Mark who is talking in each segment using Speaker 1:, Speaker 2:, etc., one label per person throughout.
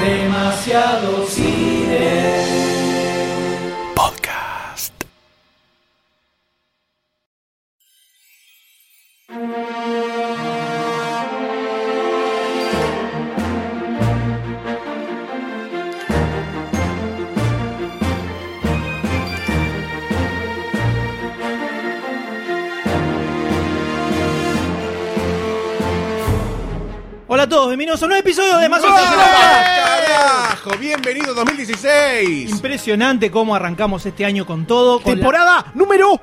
Speaker 1: Demasiado cine.
Speaker 2: Podcast.
Speaker 3: Hola a todos, bienvenidos a un nuevo episodio de Más Ocho Cinema.
Speaker 4: ¡Carajo! Bienvenido 2016.
Speaker 3: Impresionante cómo arrancamos este año con todo. Con
Speaker 4: Temporada número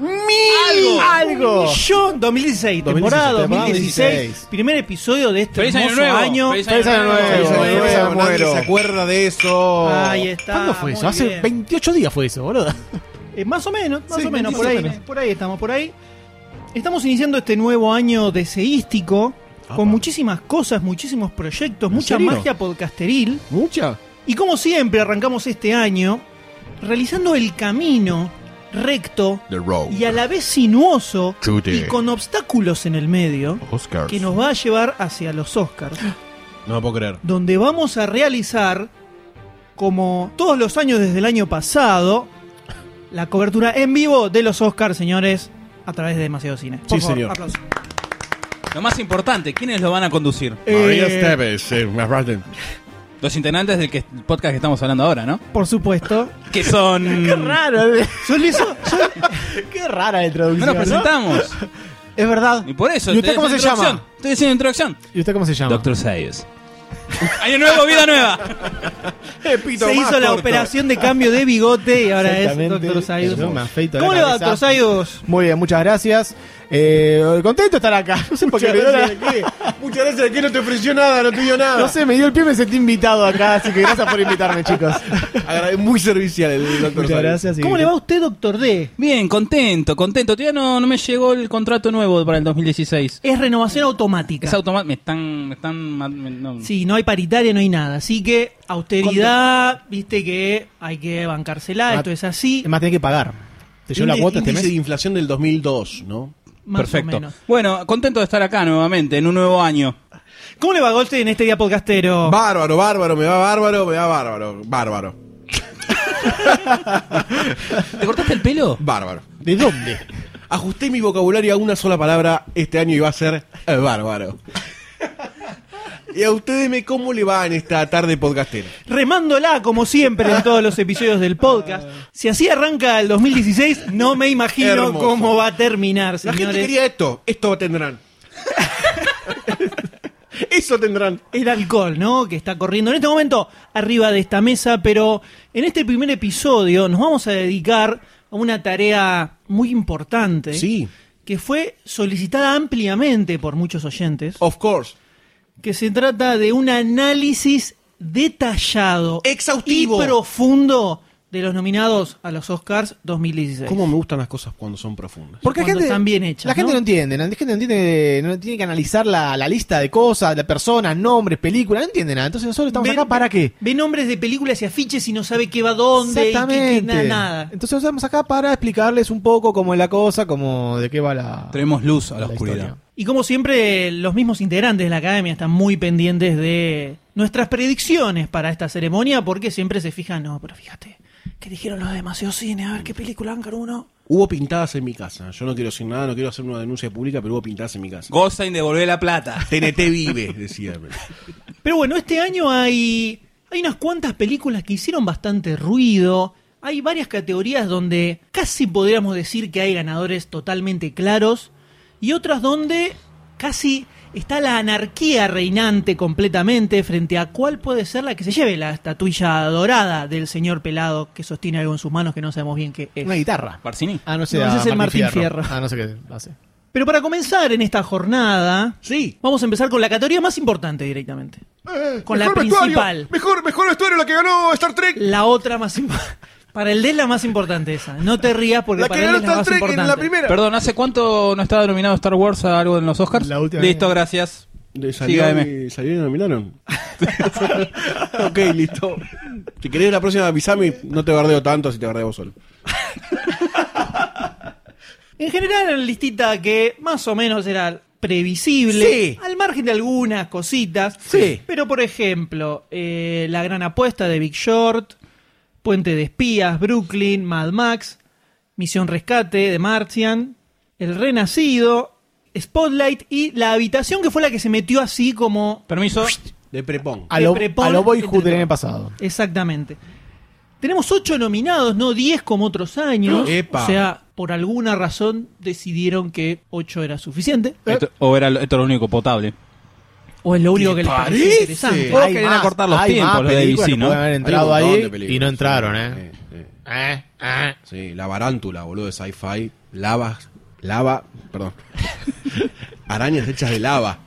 Speaker 3: la-
Speaker 4: mil.
Speaker 3: algo. Millón 2016, temporada 2016,
Speaker 5: 2016.
Speaker 3: Primer episodio de este
Speaker 6: Feliz año
Speaker 3: hermoso
Speaker 6: nuevo.
Speaker 3: año.
Speaker 6: Feliz año nuevo.
Speaker 4: Feliz año
Speaker 5: Feliz
Speaker 4: nuevo,
Speaker 5: año
Speaker 4: nadie
Speaker 5: nuevo.
Speaker 4: se acuerda de eso.
Speaker 3: Ahí está.
Speaker 5: ¿Cuándo fue
Speaker 3: muy
Speaker 5: eso? Hace
Speaker 3: bien.
Speaker 5: 28 días fue eso, boludo.
Speaker 3: Eh, más o menos, más
Speaker 5: Sí,
Speaker 3: o menos, por ahí,
Speaker 5: 27 menos.
Speaker 3: por ahí estamos, por ahí. Estamos iniciando este nuevo año deseístico
Speaker 5: Apa.
Speaker 3: con muchísimas cosas, muchísimos proyectos,
Speaker 5: ¿En
Speaker 3: mucha
Speaker 5: serio?
Speaker 3: magia podcasteril.
Speaker 5: ¿Mucha?
Speaker 3: Y como siempre arrancamos este año realizando el camino recto
Speaker 4: The Road.
Speaker 3: y a la vez sinuoso
Speaker 4: Chute.
Speaker 3: y con obstáculos en el medio
Speaker 4: Oscars.
Speaker 3: que nos va a llevar hacia los Oscars,
Speaker 4: No me puedo creer.
Speaker 3: donde vamos a realizar, como todos los años desde el año pasado, la cobertura en vivo de los Oscars, señores, a través de Demasiado Cine. Por
Speaker 5: Sí,
Speaker 3: favor,
Speaker 5: señor.
Speaker 3: aplausos.
Speaker 6: Lo más importante, ¿quiénes lo van a conducir?
Speaker 4: Eh,
Speaker 3: María
Speaker 4: Esteves, eh, me arrasten.
Speaker 6: Los integrantes del que- podcast que estamos hablando ahora, ¿no?
Speaker 3: Por supuesto.
Speaker 6: Que son... no
Speaker 5: Raro. eh.
Speaker 3: Son eso- son-
Speaker 5: Qué rara la introducción.
Speaker 6: nos presentamos.
Speaker 5: Es verdad.
Speaker 6: Y por eso...
Speaker 5: ¿Y usted
Speaker 6: estoy
Speaker 5: cómo se
Speaker 6: haciendo introducción.
Speaker 5: llama?
Speaker 6: Estoy haciendo introducción.
Speaker 5: ¿Y usted cómo se llama?
Speaker 6: Doctor Sayers. Año nuevo, vida nueva.
Speaker 4: eh,
Speaker 3: se hizo la operación de cambio de bigote y ahora es
Speaker 5: Exactamente.
Speaker 3: Dr.
Speaker 5: Yo
Speaker 3: Sayus.
Speaker 5: me afeito la
Speaker 3: ¿Cómo le va,
Speaker 5: cabeza.
Speaker 3: Dr. Sayus?
Speaker 5: Muy bien, muchas gracias. Eh, contento de estar acá. No sé por qué me dio la-
Speaker 4: Muchas gracias, que no te ofreció nada, no te dio nada.
Speaker 5: No sé, me dio el pie y me sentí invitado acá, así que gracias por invitarme, chicos.
Speaker 4: Agrade- Muy servicial el doctor
Speaker 5: Muchas
Speaker 4: Sayers.
Speaker 5: gracias. y-
Speaker 3: ¿Cómo le va a usted, Doctor D?
Speaker 6: Bien, contento, contento. Todavía no, no me llegó el contrato nuevo para el 2016.
Speaker 3: Es renovación automática.
Speaker 6: Es automático. Me están... Me están ma- me- no.
Speaker 3: Sí, no hay paritaria, no hay nada. Así que austeridad, viste que hay que bancársela,
Speaker 5: Ah,
Speaker 3: esto es así.
Speaker 5: Además, tenés que pagar. ¿Te llevo la
Speaker 4: Índice-
Speaker 5: cuota este
Speaker 4: índice de
Speaker 5: mes?
Speaker 4: inflación del 2002, ¿no?
Speaker 3: más
Speaker 6: Perfecto.
Speaker 3: o menos.
Speaker 6: Bueno, contento de estar acá nuevamente, en un nuevo año.
Speaker 3: ¿Cómo le va Goldstein en este día
Speaker 5: Oh.
Speaker 3: podcastero?
Speaker 4: Bárbaro, bárbaro, me va bárbaro, me va bárbaro. Bárbaro,
Speaker 6: ¿Te cortaste el pelo?
Speaker 4: bárbaro.
Speaker 5: ¿De dónde?
Speaker 4: Ajusté mi vocabulario a una sola palabra este año y va a ser eh, bárbaro. y a ustedes me cómo le va en esta tarde podcastera.
Speaker 3: Remándola, como siempre, en todos los episodios del podcast. Si así arranca el 2016, no me imagino
Speaker 4: Hermoso.
Speaker 3: cómo va a terminar,
Speaker 4: La
Speaker 3: señores.
Speaker 4: gente quería esto, esto tendrán. Eso tendrán.
Speaker 3: el alcohol, ¿no? Que está corriendo en este momento arriba de esta mesa, pero en este primer episodio nos vamos a dedicar a una tarea muy importante.
Speaker 4: Sí.
Speaker 3: Que fue solicitada ampliamente por muchos oyentes.
Speaker 4: Of course.
Speaker 3: Que se trata de un análisis detallado.
Speaker 4: Exhaustivo.
Speaker 3: Y profundo de los nominados a los Oscars 2016.
Speaker 4: ¿Cómo me gustan las cosas cuando son profundas?
Speaker 3: Porque cuando están bien hechas,
Speaker 5: La
Speaker 3: ¿no?
Speaker 5: gente no entiende, la gente no entiende, no tiene que analizar la, la lista de cosas, de personas, nombres, películas, no entiende nada. Entonces nosotros estamos
Speaker 3: Ve-
Speaker 5: acá para qué?
Speaker 3: Ve nombres de películas y afiches y no sabe qué va dónde. y qué- qué- na- nada.
Speaker 5: Entonces nosotros estamos acá para explicarles un poco cómo es la cosa, cómo de qué va la,
Speaker 6: Traemos luz a la,
Speaker 5: la
Speaker 6: oscuridad.
Speaker 5: historia.
Speaker 3: Y como siempre, los mismos integrantes de la academia están muy pendientes de nuestras predicciones para esta ceremonia, porque siempre se fijan, no, pero fíjate, ¿qué dijeron los de demasiado cine? A ver qué película han uno.
Speaker 4: Hubo pintadas en mi casa. Yo no quiero decir nada, no quiero hacer una denuncia pública, pero hubo pintadas en mi casa.
Speaker 6: Goldstein devolvió la plata.
Speaker 4: TNT vive, decía.
Speaker 3: Pero bueno, este año hay, hay unas cuantas películas que hicieron bastante ruido. Hay varias categorías donde casi podríamos decir que hay ganadores totalmente claros y otras donde casi está la anarquía reinante completamente frente a cuál puede ser la que se lleve la estatuilla dorada del señor pelado que sostiene algo en sus manos que no sabemos bien qué es.
Speaker 5: Una guitarra.
Speaker 6: Barcini.
Speaker 5: Ah, no sé.
Speaker 3: No, ese
Speaker 5: a
Speaker 3: es el Martín Fierro.
Speaker 5: Ah, no sé qué hace.
Speaker 3: Pero para comenzar en esta jornada,
Speaker 4: Sí. Eh,
Speaker 3: vamos a empezar con la categoría más importante directamente. Con la principal.
Speaker 4: Mejor, mejor vestuario la que ganó Star Trek.
Speaker 3: La otra más importante. Para el D es la más importante esa. No te rías porque para él es la más importante.
Speaker 6: Perdón, ¿hace cuánto no estaba nominado Star Wars a algo en los Oscars?
Speaker 5: La última
Speaker 6: Listo,
Speaker 5: vez.
Speaker 6: gracias.
Speaker 4: De-
Speaker 6: Sígame.
Speaker 4: Salió, y, salió y nominaron. ok, listo. Si querés la próxima avisame, no te bardeo tanto si te bardeo vos solo.
Speaker 3: En general era la listita que más o menos era previsible,
Speaker 4: Sí.
Speaker 3: al margen de algunas cositas.
Speaker 4: Sí.
Speaker 3: Pero, por ejemplo, eh, La Gran Apuesta de Big Short, Puente de Espías, Brooklyn, Mad Max, Misión Rescate de Martian, El Renacido, Spotlight y La Habitación, que fue la que se metió así como
Speaker 6: Permiso.
Speaker 4: De prepón.
Speaker 5: A lo,
Speaker 3: de Prepon,
Speaker 5: a lo Boyhood
Speaker 3: entre
Speaker 5: del año
Speaker 3: todos.
Speaker 5: pasado.
Speaker 3: Exactamente. Tenemos ocho nominados, no 10 como otros años.
Speaker 4: Epa.
Speaker 3: O sea, por alguna razón decidieron que 8 era suficiente.
Speaker 6: Esto- o era lo- esto era lo único potable.
Speaker 3: O es lo único que les
Speaker 4: parece?
Speaker 3: parece interesante.
Speaker 6: Vos querés acortar los
Speaker 5: hay
Speaker 6: tiempos,
Speaker 5: más
Speaker 6: lo de
Speaker 5: películas
Speaker 6: DC,
Speaker 5: que
Speaker 6: ¿no?
Speaker 5: pueden haber
Speaker 4: Hay un
Speaker 5: entrado
Speaker 4: montón de
Speaker 5: ahí y
Speaker 4: películas,
Speaker 5: no
Speaker 4: sí,
Speaker 5: entraron, ¿eh?
Speaker 4: sí, sí.
Speaker 5: Eh, eh.
Speaker 4: Sí, la barántula, boludo, de sci-fi. Lavas, lava, perdón. Arañas hechas de lava.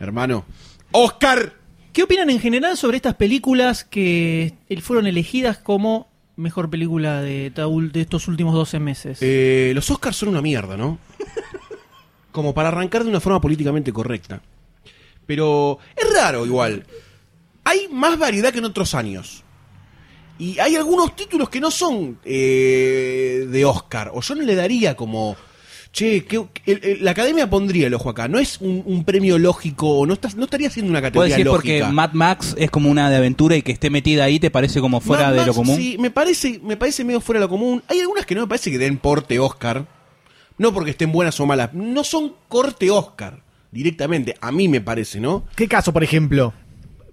Speaker 4: Hermano. Oscar.
Speaker 3: ¿Qué opinan en general sobre estas películas que el- fueron elegidas como mejor película de Taúl de estos últimos 12 meses?
Speaker 4: Eh, los Oscars son una mierda, ¿no? Como para arrancar de una forma políticamente correcta. Pero es raro igual. Hay más variedad que en otros años. Y hay algunos títulos que no son eh, de Oscar. O yo no le daría como... Che, que, la academia pondría el ojo acá. No es un, un premio lógico. o No, estás- no estaría siendo una
Speaker 6: Puedes
Speaker 4: categoría
Speaker 6: decir
Speaker 4: lógica.
Speaker 6: porque Mad Max es como una de aventura y que esté metida ahí te parece como fuera
Speaker 4: Mad
Speaker 6: de lo
Speaker 4: Max,
Speaker 6: común.
Speaker 4: Sí, me parece, me parece medio fuera de lo común. Hay algunas que no me parece que den porte Oscar. No porque estén buenas o malas. No son corte Oscar directamente. A mí me parece, ¿no?
Speaker 5: ¿Qué caso, por ejemplo?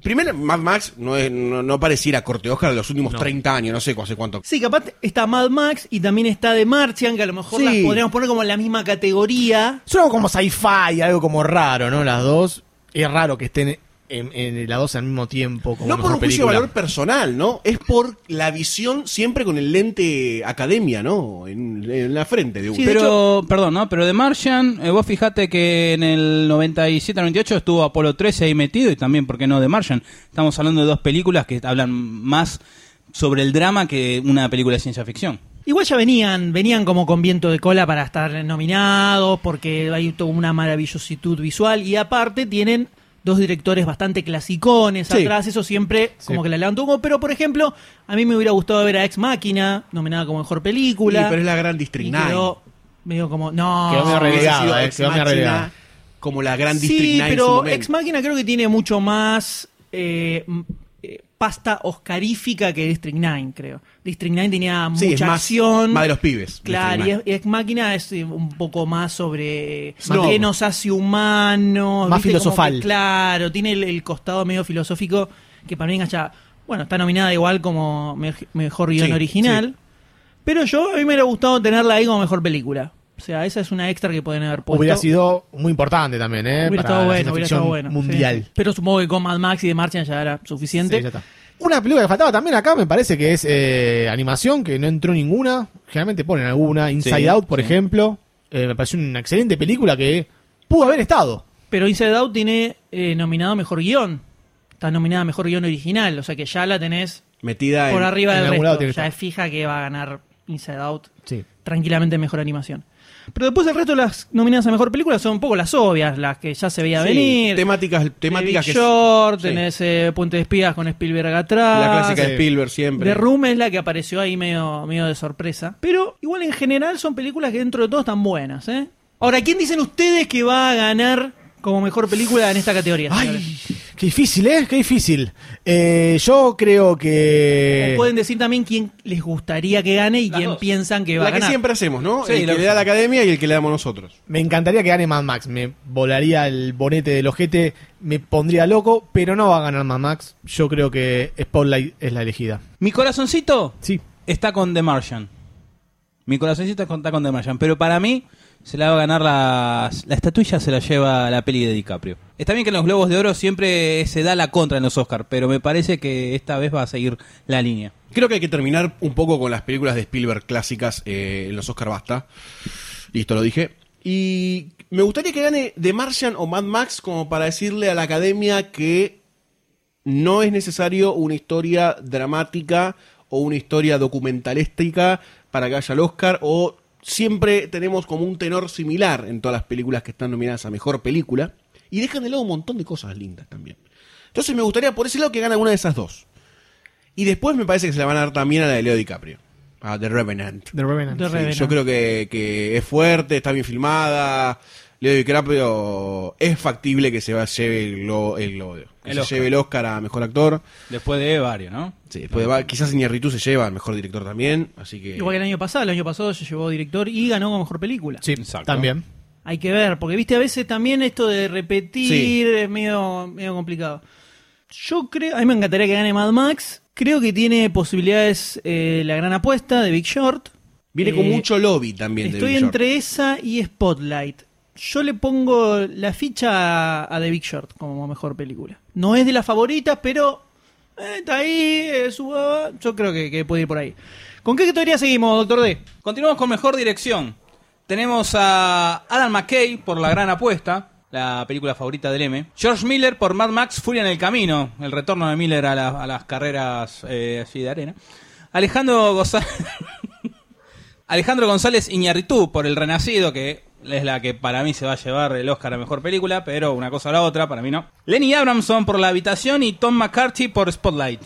Speaker 4: Primero, Mad Max no, es- no, no pareciera corte Oscar de los últimos 30 años. No sé cu- hace cuánto.
Speaker 3: Sí, capaz está Mad Max y también está The Martian, que a lo mejor
Speaker 4: Sí.
Speaker 3: las podríamos poner como en la misma categoría.
Speaker 5: Son algo como sci-fi, algo como raro, ¿no? Las dos. Es raro que estén en, en las dos al mismo tiempo. Como
Speaker 4: No por
Speaker 5: mejor
Speaker 4: un juicio de
Speaker 5: película.
Speaker 4: valor personal, ¿no? Es por la visión siempre con el lente academia, ¿no? En, en la frente de uno.
Speaker 3: Sí, de
Speaker 6: pero, perdón, ¿no? Pero de Martian, eh, vos fijate que en el 97-98 estuvo Apolo 13 ahí metido y también, ¿por qué no, de Martian? Estamos hablando de dos películas que hablan más sobre el drama que una película de ciencia ficción.
Speaker 3: Igual ya venían, venían como con viento de cola para estar nominados, porque hay toda una maravillositud visual y aparte tienen dos directores bastante clasicones
Speaker 4: Sí.
Speaker 3: atrás, eso siempre
Speaker 5: Sí.
Speaker 3: como que la levantó un poco, pero por ejemplo, a mí me hubiera gustado ver a Ex Máquina, nominada como mejor película.
Speaker 4: Sí, pero es la gran District
Speaker 3: y
Speaker 4: 9.
Speaker 3: quedó medio como, no,
Speaker 5: Quedó medio
Speaker 4: Hubiese
Speaker 5: relegada,
Speaker 4: sido
Speaker 5: eh,
Speaker 4: Ex
Speaker 5: quedó medio
Speaker 4: Machina,
Speaker 5: relegada.
Speaker 4: Como la gran District
Speaker 3: sí,
Speaker 4: 9 ah, en su
Speaker 3: pero
Speaker 4: momento.
Speaker 3: Ex Máquina creo que tiene mucho más eh, m- eh, pasta oscarífica que District 9, creo. District 9 tenía
Speaker 4: Sí, es
Speaker 3: mucha
Speaker 4: más-
Speaker 3: acción.
Speaker 4: más de los pibes.
Speaker 3: Claro,
Speaker 4: District
Speaker 3: y
Speaker 4: 9.
Speaker 3: Ex, Ex Máquina es eh, un poco más sobre
Speaker 4: Snob.
Speaker 3: qué nos hace humanos.
Speaker 5: Más
Speaker 3: ¿viste?
Speaker 5: filosofal.
Speaker 3: Como que, claro, tiene el, el costado medio filosófico que para mí engancha. Bueno, está nominada igual como mej- mejor guión
Speaker 4: Sí,
Speaker 3: original. Pero yo, a mí me hubiera gustado tenerla ahí como mejor película. O sea, esa es una extra que pueden haber puesto.
Speaker 5: Hubiera sido muy importante también, ¿eh?
Speaker 3: Pues Hubiera
Speaker 5: para
Speaker 3: estado
Speaker 5: la
Speaker 3: bueno,
Speaker 5: ciencia
Speaker 3: hubiera
Speaker 5: ficción
Speaker 3: estado bueno.
Speaker 5: Mundial.
Speaker 3: sí. Pero supongo que con Mad Max y de Martian ya era suficiente.
Speaker 5: Sí, ya está. Una película que faltaba también acá me parece que es eh, animación, que no entró ninguna. Generalmente ponen alguna. Inside
Speaker 6: Sí,
Speaker 5: Out, por
Speaker 6: sí.
Speaker 5: ejemplo. Eh, me pareció una excelente película que pudo haber estado.
Speaker 3: Pero Inside Out tiene eh, nominado mejor guión. Está nominada mejor guión original. O sea que ya la tenés
Speaker 4: Metida en,
Speaker 3: por arriba
Speaker 5: en
Speaker 3: del resto.
Speaker 5: algún lado tiene que
Speaker 3: ya
Speaker 5: estar.
Speaker 3: es fija que va a ganar Inside Out
Speaker 5: Sí.
Speaker 3: tranquilamente mejor animación. Pero después el resto de las nominadas a mejor película son un poco las obvias, las que ya se veía
Speaker 4: Sí,
Speaker 3: venir.
Speaker 4: Temáticas, temáticas
Speaker 3: The
Speaker 4: que
Speaker 3: Big Short,
Speaker 4: sí.
Speaker 3: tenés eh, Puente de Espías con Spielberg atrás.
Speaker 4: la clásica de
Speaker 5: sí.
Speaker 4: Spielberg siempre.
Speaker 3: The Room es la que apareció ahí medio, medio de sorpresa. Pero igual en general son películas que dentro de todo están buenas, ¿eh? Ahora, ¿quién dicen ustedes que va a ganar como mejor película en esta categoría?
Speaker 5: Ay,
Speaker 3: señores?
Speaker 5: qué difícil, ¿eh? Qué difícil. Eh, yo creo que...
Speaker 3: O Pueden decir también quién les gustaría que gane y
Speaker 6: Las
Speaker 3: quién
Speaker 6: dos.
Speaker 3: piensan que va
Speaker 4: la
Speaker 3: a
Speaker 4: que
Speaker 3: ganar.
Speaker 4: siempre hacemos, ¿no?
Speaker 6: Sí,
Speaker 4: el que
Speaker 6: lo que-
Speaker 4: le da la academia y el que le damos nosotros.
Speaker 5: Me encantaría que gane Mad Max. Me volaría el bonete del ojete, me pondría loco, pero no va a ganar Mad Max. Yo creo que Spotlight es la elegida.
Speaker 6: Mi corazoncito
Speaker 5: Sí.
Speaker 6: está con The Martian. Mi corazoncito está con The Martian. Pero para mí, se la va a ganar la, la estatuilla, se la lleva la peli de DiCaprio. Está bien que en los Globos de Oro siempre se da la contra en los Oscars, pero me parece que esta vez va a seguir la línea.
Speaker 4: Creo que hay que terminar un poco con las películas de Spielberg clásicas eh, en los Oscar Basta. Listo, lo dije. Y me gustaría que gane The Martian o Mad Max como para decirle a la academia que no es necesario una historia dramática o una historia documentalística para que haya el Oscar o siempre tenemos como un tenor similar en todas las películas que están nominadas a mejor película y dejan de lado un montón de cosas lindas también. Entonces me gustaría por ese lado que gane alguna de esas dos. Y después me parece que se la van a dar también a la de Leo DiCaprio, a The Revenant.
Speaker 5: The Revenant.
Speaker 3: The
Speaker 4: Sí,
Speaker 3: Revenant.
Speaker 4: yo creo que, que es fuerte, está bien filmada, Leo DiCaprio es factible que se va, lleve el globo, el globo de Oro. Que
Speaker 6: El
Speaker 4: se
Speaker 6: Oscar.
Speaker 4: lleve el Oscar a mejor actor.
Speaker 6: Después de varios, ¿no?
Speaker 4: Sí, después va- quizás Iñárritu se lleva al mejor director también, así que
Speaker 3: Igual que el año pasado, el año pasado se llevó director y ganó como mejor película.
Speaker 5: Sí,
Speaker 6: Exacto.
Speaker 5: también.
Speaker 3: Hay que ver, porque viste, a veces también esto de repetir
Speaker 4: Sí.
Speaker 3: es medio, medio complicado. Yo creo, a mí me encantaría que gane Mad Max. Creo que tiene posibilidades eh, la gran apuesta de Big Short.
Speaker 4: viene con
Speaker 3: Eh,
Speaker 4: mucho lobby también de
Speaker 3: Estoy
Speaker 4: Bill Short.
Speaker 3: entre esa y Spotlight. Yo le pongo la ficha a, a The Big Short como mejor película. No es de las favoritas, pero eh, está ahí, eh, suba. Yo creo que, que puede ir por ahí. ¿Con qué categoría seguimos, doctor D?
Speaker 6: Continuamos con mejor dirección. Tenemos a Adam McKay por La Gran Apuesta, la película favorita del M. George Miller por Mad Max Furia en el Camino, el retorno de Miller a, la- a las carreras eh, así de arena. Alejandro González. Alejandro González Iñarritú por El Renacido, que es la que para mí se va a llevar el Oscar a Mejor Película, pero una cosa a la otra, para mí no. Lenny Abramson por La Habitación y Tom McCarthy por Spotlight.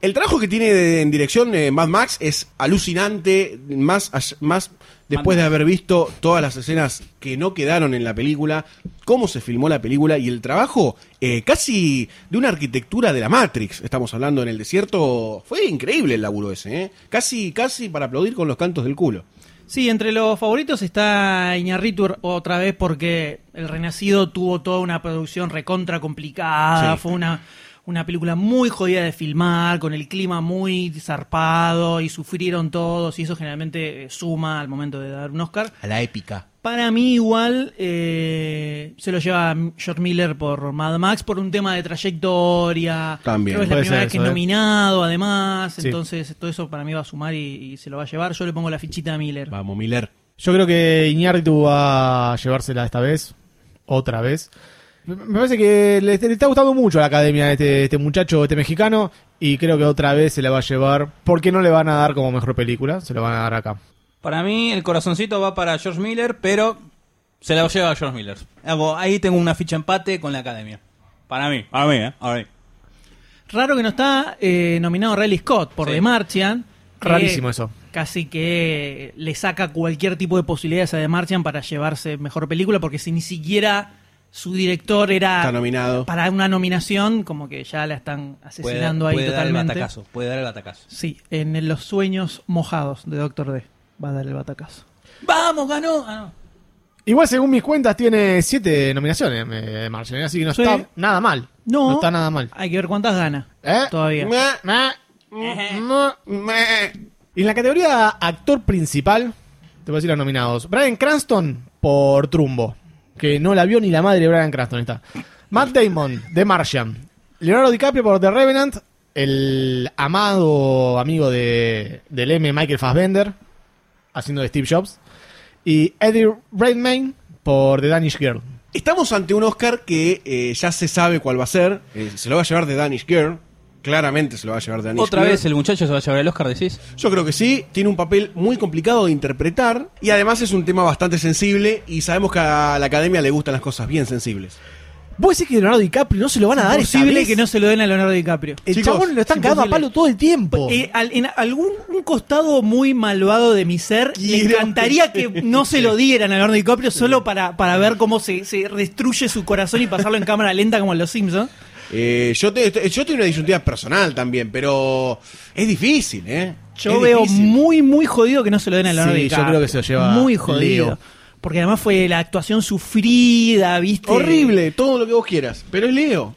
Speaker 4: El trabajo que tiene de- en dirección eh, Mad Max es alucinante, más, all- más después de haber visto todas las escenas que no quedaron en la película, cómo se filmó la película y el trabajo eh, casi de una arquitectura de la Matrix, estamos hablando en el desierto, fue increíble el laburo ese, ¿eh? casi, casi para aplaudir con los cantos del culo.
Speaker 3: Sí, entre los favoritos está Iñarritu otra vez porque El Renacido tuvo toda una producción recontra complicada,
Speaker 4: Sí.
Speaker 3: fue una, una película muy jodida de filmar, con el clima muy zarpado y sufrieron todos y eso generalmente eh, suma al momento de dar un Oscar.
Speaker 4: A la épica.
Speaker 3: Para mí igual eh, se lo lleva George Miller por Mad Max por un tema de trayectoria.
Speaker 4: También,
Speaker 3: Creo que es la
Speaker 5: puede
Speaker 3: primera
Speaker 5: ser
Speaker 3: vez que es
Speaker 5: eso, ¿eh?
Speaker 3: nominado además,
Speaker 5: Sí.
Speaker 3: entonces todo eso para mí va a sumar y, y se lo va a llevar. Yo le pongo la fichita a Miller.
Speaker 4: Vamos, Miller.
Speaker 5: Yo creo que Iñárritu va a llevársela esta vez, otra vez. Me- Me parece que le, le está gustando mucho a la academia este, este muchacho, este mexicano, y creo que otra vez se la va a llevar, porque no le van a dar como mejor película, se la van a dar acá.
Speaker 6: Para mí, el corazoncito va para George Miller, pero se la lleva George Miller. Hago- Ahí tengo una ficha empate con la academia. Para mí, para mí, ¿eh? Para mí.
Speaker 3: Raro que no está eh, nominado Riley Scott por
Speaker 6: Sí.
Speaker 3: The Martian. que
Speaker 5: Rarísimo eso.
Speaker 3: Casi que le saca cualquier tipo de posibilidades a The Martian para llevarse mejor película, porque si ni siquiera su director
Speaker 6: Ah.
Speaker 4: Está
Speaker 3: era
Speaker 4: nominado.
Speaker 3: para una nominación, como que ya la están
Speaker 6: Puede,
Speaker 3: asesinando ahí
Speaker 6: puede dar el
Speaker 3: totalmente.
Speaker 6: batacazo, puede dar el batacazo.
Speaker 3: sí, en Los Sueños Mojados de Doctor D. Va a dar el batacazo.
Speaker 6: ¡Vamos, ganó! Ah, no.
Speaker 5: Igual, según mis cuentas, tiene siete nominaciones, eh, Marshall, así que no
Speaker 3: Sí.
Speaker 5: está nada mal.
Speaker 3: No,
Speaker 5: está nada mal.
Speaker 3: Hay que ver cuántas gana
Speaker 5: ¿Eh?
Speaker 3: todavía. Eh,
Speaker 4: Meh,
Speaker 5: Meh.
Speaker 4: meh.
Speaker 5: Y en la categoría actor principal, te voy a decir los nominados. Brian Cranston por Trumbo, que no la vio ni la madre de Brian Cranston está. Matt Damon de Martian. Leonardo DiCaprio por The Revenant, el amado amigo de, del M Michael Fassbender, haciendo de Steve Jobs. Y Eddie Redmayne por The Danish Girl.
Speaker 4: Estamos ante un Oscar que eh, ya se sabe cuál va a ser. Eh, se lo va a llevar de Danish Girl. Claramente se lo va a llevar de Danish
Speaker 6: Otra
Speaker 4: Girl.
Speaker 6: vez el muchacho se va a llevar el Oscar, decís.
Speaker 4: Yo creo que sí. Tiene un papel muy complicado de interpretar. Y además es un tema bastante sensible. Y sabemos que a la academia le gustan las cosas bien sensibles.
Speaker 5: ¿Vos decís que Leonardo DiCaprio no se lo van a dar
Speaker 3: Es posible que no se lo den a Leonardo DiCaprio.
Speaker 5: El
Speaker 4: Chicos,
Speaker 5: chabón lo están
Speaker 3: es
Speaker 5: cagando a
Speaker 3: imposible.
Speaker 5: palo todo el tiempo.
Speaker 3: Eh, al- en algún un costado muy malvado de mi ser,
Speaker 4: Quiero-
Speaker 3: le encantaría que no se lo dieran a Leonardo DiCaprio solo para, para ver cómo se, se destruye su corazón y pasarlo en cámara lenta como en los Simpsons.
Speaker 4: Eh, yo, te- te- yo tengo una disyuntiva personal también. Pero es difícil, ¿eh?
Speaker 3: Yo
Speaker 4: Es
Speaker 3: veo
Speaker 4: difícil.
Speaker 3: muy, muy jodido que no se lo den a Leonardo
Speaker 5: Sí, yo
Speaker 3: DiCaprio.
Speaker 5: creo que se lo lleva
Speaker 3: Muy jodido.
Speaker 5: Leo.
Speaker 3: Porque además fue la actuación sufrida, ¿viste?
Speaker 4: Horrible, todo lo que vos quieras. Pero es Leo.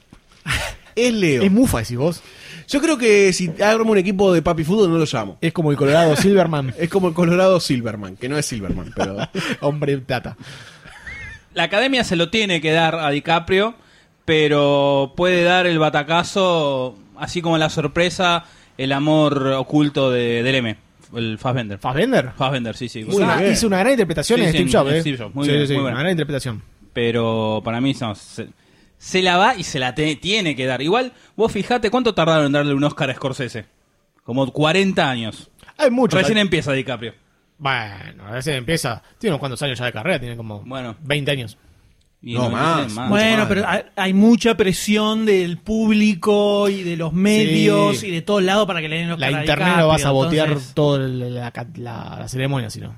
Speaker 4: Es Leo.
Speaker 5: es mufa, decís vos.
Speaker 4: Yo creo que si armo un equipo de papi fútbol no lo llamo.
Speaker 5: Es como el Colorado Silverman.
Speaker 4: Es como el Colorado Silverman, que no es Silverman, pero.
Speaker 5: Hombre plata.
Speaker 6: La academia se lo tiene que dar a DiCaprio, pero puede dar el batacazo, así como la sorpresa, el amor oculto de, del M, el Fassbender.
Speaker 5: ¿Fassbender?
Speaker 6: Fassbender, sí, sí.
Speaker 4: Muy
Speaker 5: Ah,
Speaker 4: bien.
Speaker 5: hizo una gran interpretación
Speaker 6: Sí,
Speaker 5: en
Speaker 6: sí,
Speaker 5: Steve
Speaker 6: en
Speaker 5: Jobs. ¿eh?
Speaker 6: Steve Jobs, muy
Speaker 5: Sí,
Speaker 6: bien,
Speaker 5: sí,
Speaker 6: muy
Speaker 5: una
Speaker 6: buena.
Speaker 5: gran interpretación.
Speaker 6: pero para mí no, se, se la va y se la te- tiene que dar. Igual, vos fijate cuánto tardaron en darle un Oscar a Scorsese. Como 40 años.
Speaker 5: Hay muchos.
Speaker 6: Recién em-
Speaker 5: hay-
Speaker 6: empieza DiCaprio.
Speaker 5: Bueno, recién empieza. Tiene unos cuantos años ya de carrera, tiene como
Speaker 6: Bueno.
Speaker 5: 20 años.
Speaker 6: Y
Speaker 4: No, más.
Speaker 6: dicen
Speaker 3: Bueno,
Speaker 4: Mucho
Speaker 3: pero
Speaker 4: más.
Speaker 3: hay, hay mucha presión del público y de los medios
Speaker 5: Sí.
Speaker 3: y de todos lados para que le den los
Speaker 5: La internet lo va a sabotear toda la, la- la- la ceremonia, si no.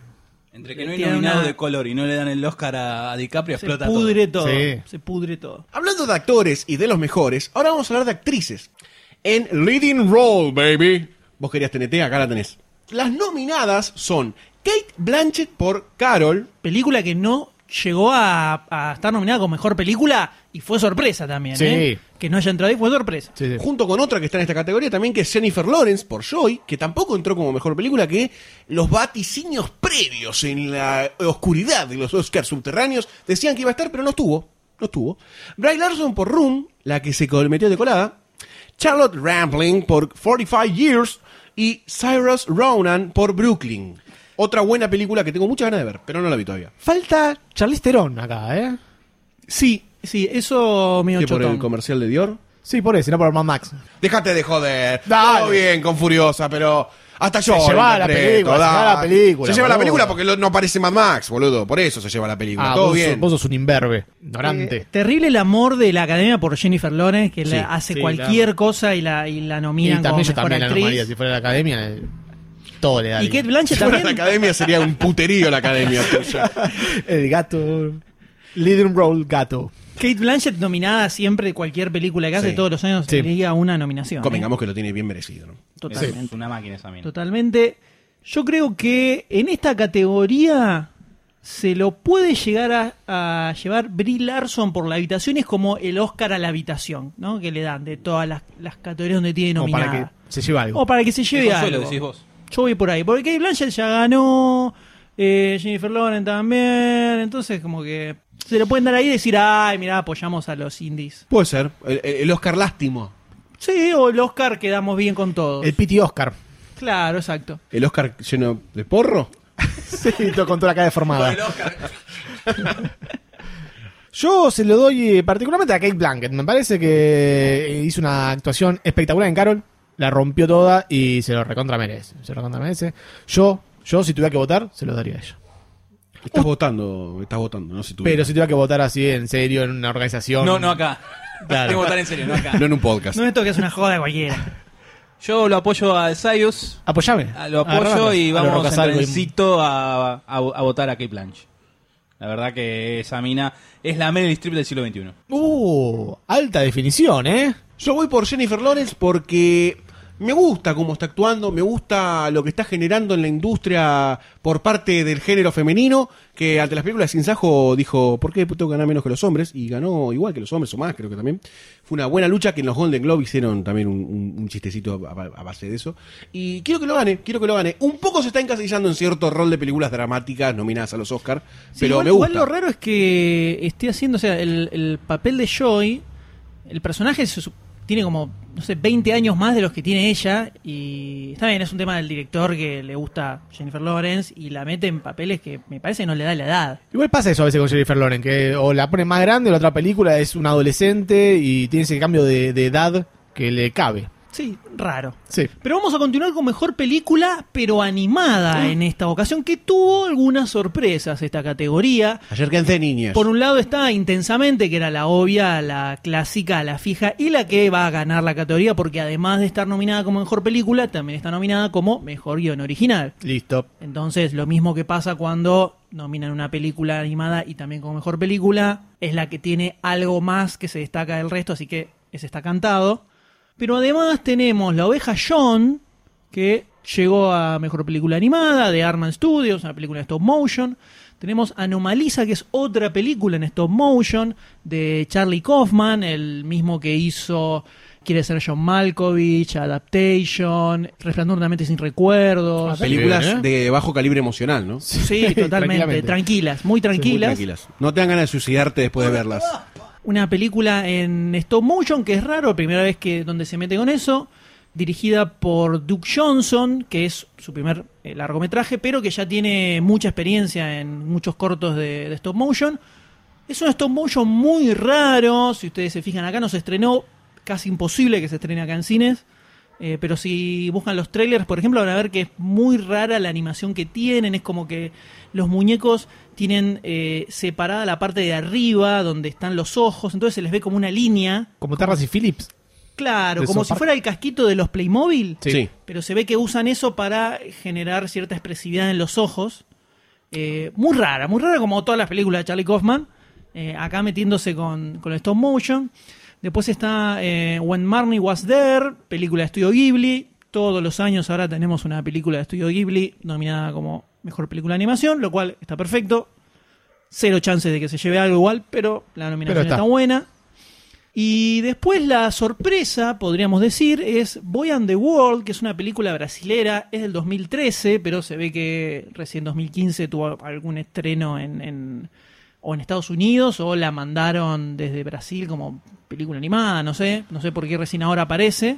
Speaker 6: Entre que no hay
Speaker 3: Tiene
Speaker 6: nominado
Speaker 3: una-
Speaker 6: de color y no le dan el Oscar a, a DiCaprio,
Speaker 3: Se
Speaker 6: explota
Speaker 3: pudre todo.
Speaker 5: Sí.
Speaker 3: Se pudre todo.
Speaker 4: Hablando de actores y de los mejores, ahora vamos a hablar de actrices. En Leading Role, baby. Vos querías TNT, acá la tenés. Las nominadas son Kate Blanchett por Carol,
Speaker 3: Película que no llegó a, a estar nominada como mejor película y fue sorpresa también.
Speaker 5: Sí.
Speaker 3: ¿eh? Que no haya entrado y fue sorpresa.
Speaker 5: Sí, sí.
Speaker 4: junto con otra que está en esta categoría también, que es Jennifer Lawrence por Joy, que tampoco entró como mejor película que los vaticinios previos en la oscuridad de los Oscars subterráneos decían que iba a estar, pero no estuvo. No estuvo. Bryce Larson por Room, la que se metió de colada. Charlotte Rampling por 45 Years. Y Cyrus Ronan por Brooklyn. Otra buena película que tengo muchas ganas de ver, pero no la vi todavía.
Speaker 5: Falta Charlize Theron acá, ¿eh?
Speaker 3: Sí, sí, eso me
Speaker 4: ¿Qué por el
Speaker 3: chotón.
Speaker 4: comercial de Dior?
Speaker 5: Sí, por eso, no por Mad Max.
Speaker 4: Déjate de joder.
Speaker 5: Dale.
Speaker 4: Todo bien con Furiosa, pero hasta yo.
Speaker 5: Se
Speaker 4: lo
Speaker 5: lleva la
Speaker 4: interpreto,
Speaker 5: película, se
Speaker 4: dale.
Speaker 5: lleva la película,
Speaker 4: Se lleva la
Speaker 5: boludo.
Speaker 4: película porque lo- no aparece Mad Max, boludo. Por eso se lleva la película.
Speaker 5: Ah,
Speaker 4: Todo
Speaker 5: vos,
Speaker 4: bien.
Speaker 5: Sos, vos sos un imberbe, ignorante.
Speaker 3: Eh, terrible el amor de la academia por Jennifer Lawrence, que
Speaker 4: Sí,
Speaker 3: la hace
Speaker 5: sí,
Speaker 3: cualquier
Speaker 5: claro.
Speaker 3: cosa y la, y la
Speaker 5: y
Speaker 3: nominan como
Speaker 5: también yo
Speaker 3: mejor
Speaker 5: también la
Speaker 3: actriz.
Speaker 5: nomaría. Si fuera de la academia, eh, todo le da.
Speaker 3: y Kate Blanchett
Speaker 4: Si fuera la
Speaker 3: también.
Speaker 4: academia sería un puterío la academia tuya.
Speaker 5: El gato. Leading Role Gato.
Speaker 3: Kate Blanchett nominada siempre de cualquier película que hace
Speaker 4: Sí.
Speaker 3: todos los años,
Speaker 5: Sí.
Speaker 3: tendría una nominación. ¿eh?
Speaker 4: Convengamos que lo tiene bien merecido, ¿no?
Speaker 6: todo.
Speaker 3: Totalmente.
Speaker 6: Es una máquina esa mina.
Speaker 3: Totalmente. Yo creo que en esta categoría se lo puede llegar a, a llevar Brie Larson por la habitación. Es como el Oscar a la habitación, ¿no? Que le dan de todas las, las categorías donde tiene
Speaker 5: Como para
Speaker 3: nominada.
Speaker 5: que se lleve algo.
Speaker 3: O para que se lleve
Speaker 6: Qué consuelo,
Speaker 3: algo.
Speaker 6: decís vos.
Speaker 3: Yo voy por ahí. Porque Kate Blanchett ya ganó. eh, Jennifer Lawrence también. Entonces, como que se lo pueden dar ahí y decir, ay, mirá, apoyamos a los indies.
Speaker 4: Puede ser. El, el Oscar Lástimo.
Speaker 3: Sí, o el Oscar quedamos bien con todo.
Speaker 5: El Pity Oscar.
Speaker 3: Claro, exacto.
Speaker 4: El Oscar lleno de porro.
Speaker 5: sí, todo con toda la cara deformada.
Speaker 6: El Oscar.
Speaker 5: Yo se lo doy eh, particularmente a Kate Blanket. Me parece que eh, hizo una actuación espectacular en Carol. La rompió toda y se lo recontra merece. Se lo recontra merece. Yo, yo si tuviera que votar, se lo daría a ella.
Speaker 4: Estás votando, estás votando, no sé tú.
Speaker 5: Pero si tuviera que votar así en serio, en una organización.
Speaker 6: No, no acá.
Speaker 5: Claro.
Speaker 6: Tengo que votar en serio, no acá.
Speaker 4: No en un podcast.
Speaker 3: No esto que es una joda cualquiera.
Speaker 6: Yo lo apoyo a Sayus,
Speaker 5: Apoyame.
Speaker 6: a- Ah, lo apoyo
Speaker 5: Agarrame.
Speaker 6: y
Speaker 5: A lo
Speaker 6: vamos
Speaker 5: Rocas
Speaker 6: en
Speaker 5: Algo y-
Speaker 6: trencito a, a- a votar a Kate Blanche. La verdad que esa mina es la Meryl Streep del siglo XXI.
Speaker 5: Uh, alta definición, ¿eh?
Speaker 4: Yo voy por Jennifer Lawrence porque me gusta cómo está actuando, me gusta lo que está generando en la industria por parte del género femenino, que ante las películas de Sinsajo dijo, ¿por qué tengo que ganar menos que los hombres? Y ganó igual que los hombres o más, creo que también. Fue una buena lucha que en los Golden Globe hicieron también un, un- un chistecito a, a base de eso. Y quiero que lo gane, quiero que lo gane. Un poco se está encasillando en cierto rol de películas dramáticas nominadas a los Oscar,
Speaker 3: Sí,
Speaker 4: pero
Speaker 3: igual,
Speaker 4: me gusta.
Speaker 3: igual lo raro es que esté haciendo, o sea, el, el papel de Joy, el personaje se su- tiene como, no sé, 20 años más de los que tiene ella. Y está bien, es un tema del director que le gusta Jennifer Lawrence y la mete en papeles que me parece no le da la edad.
Speaker 5: Igual pasa eso a veces con Jennifer Lawrence, que o la pone más grande o la otra película es un adolescente y tiene ese cambio de, de edad que le cabe.
Speaker 3: Sí, raro.
Speaker 5: Sí.
Speaker 3: Pero vamos a continuar con mejor película, pero animada
Speaker 4: Ah.
Speaker 3: en esta ocasión, que tuvo algunas sorpresas esta categoría.
Speaker 4: Acérquense, niñas.
Speaker 3: Por un lado está Intensamente, que era la obvia, la clásica, la fija y la que va a ganar la categoría porque además de estar nominada como mejor película, también está nominada como mejor guión original.
Speaker 5: Listo.
Speaker 3: Entonces, lo mismo que pasa cuando nominan una película animada y también como mejor película, es la que tiene algo más que se destaca del resto, así que ese está cantado. Pero además tenemos La Oveja John, que llegó a mejor película animada de Arman Studios, una película en stop motion. Tenemos Anomalisa, que es otra película en stop motion de Charlie Kaufman, el mismo que hizo Quiere ser John Malkovich, Adaptation, Resplandor de una mente sin recuerdos.
Speaker 4: Películas
Speaker 5: Sí, ¿eh?
Speaker 4: Ah, de bajo calibre emocional, ¿no?
Speaker 3: Sí, totalmente.
Speaker 5: Tranquilamente.
Speaker 3: Tranquilas, muy tranquilas.
Speaker 4: No te dan ganas de suicidarte después de verlas.
Speaker 3: Una película en stop motion, que es raro, primera vez que donde se mete con eso. Dirigida por Duke Johnson, que es su primer eh, largometraje, pero que ya tiene mucha experiencia en muchos cortos de, de stop motion. Es un stop motion muy raro. Si ustedes se fijan acá, no se estrenó. Casi imposible que se estrene acá en cines. Eh, pero si buscan los trailers, por ejemplo, van a ver que es muy rara la animación que tienen. Es como que los muñecos tienen eh, separada la parte de arriba, donde están los ojos. Entonces se les ve como una línea.
Speaker 5: Como Terras y Phillips.
Speaker 3: Claro,
Speaker 5: De
Speaker 3: como si
Speaker 5: sopar.
Speaker 3: fuera el casquito de los Playmobil.
Speaker 4: Sí.
Speaker 3: Pero se ve que usan eso para generar cierta expresividad en los ojos. eh, muy rara, muy rara como todas las películas de Charlie Kaufman, eh, acá metiéndose con, con el stop motion. Después está eh, When Marnie Was There, película de estudio Ghibli. Todos los años ahora tenemos una película de estudio Ghibli nominada como mejor película de animación, lo cual está perfecto. Cero chances de que se lleve algo igual, pero la nominación
Speaker 5: Pero está.
Speaker 3: está buena. Y después la sorpresa, podríamos decir, es Boy and the World, que es una película brasilera, es del 2013, pero se ve que recién 2015 tuvo algún estreno en, en- o en Estados Unidos o la mandaron desde Brasil como película animada, no sé, no sé por qué recién ahora aparece,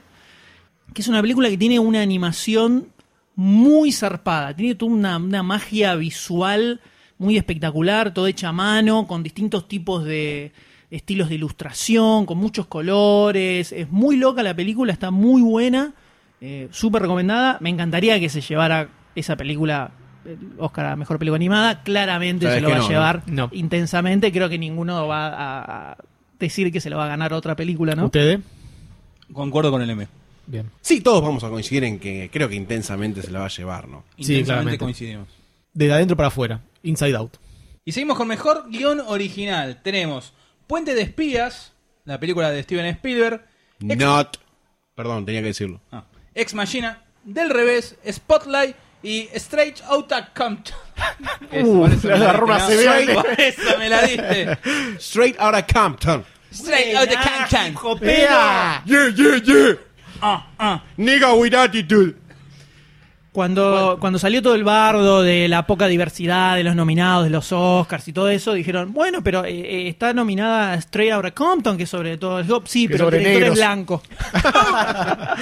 Speaker 3: que es una película que tiene una animación muy zarpada, tiene toda una, una magia visual muy espectacular, todo hecha a mano, con distintos tipos de estilos de ilustración, con muchos colores, es muy loca la película, está muy buena, eh, súper recomendada, me encantaría que se llevara esa película. el Oscar a mejor película animada, claramente
Speaker 4: Sabes
Speaker 3: se lo
Speaker 4: que
Speaker 3: va
Speaker 4: no,
Speaker 3: a
Speaker 4: ¿no?
Speaker 3: llevar
Speaker 5: No.
Speaker 3: intensamente. Creo que ninguno va a, a decir que se lo va a ganar otra película, ¿no?
Speaker 5: ¿Ustedes?
Speaker 6: Concuerdo con el M.
Speaker 5: Bien.
Speaker 4: Sí, todos vamos a coincidir en que creo que intensamente se la va a llevar, ¿no?
Speaker 5: Sí,
Speaker 6: Intensamente
Speaker 5: claramente.
Speaker 6: coincidimos.
Speaker 5: De adentro para afuera. Inside Out.
Speaker 6: Y seguimos con mejor guión original. Tenemos Puente de Espías, la película de Steven Spielberg. Ex,
Speaker 4: Not. Perdón, tenía que decirlo.
Speaker 6: ah, Ex Machina, Del Revés, Spotlight y Straight Outta Compton. Eso,
Speaker 5: Uh,
Speaker 6: por eso
Speaker 5: le
Speaker 6: me la
Speaker 5: agarró
Speaker 6: diste,
Speaker 5: una
Speaker 6: ¿no?
Speaker 5: severa.
Speaker 6: Por eso me la diste.
Speaker 4: Straight out of Compton.
Speaker 6: Straight Outta
Speaker 3: Ah,
Speaker 6: Compton.
Speaker 3: hijo pedo. Ah.
Speaker 4: Yeah, yeah, yeah. Nigga with attitude.
Speaker 3: Cuando, cuando salió todo el bardo de la poca diversidad de los nominados, de los Oscars y todo eso, dijeron, bueno, pero eh, eh, está nominada Straight Outta Compton, que sobre todo es Hop, sí,
Speaker 5: Que
Speaker 3: pero el
Speaker 5: sobre
Speaker 3: director
Speaker 5: negros.
Speaker 3: es blanco.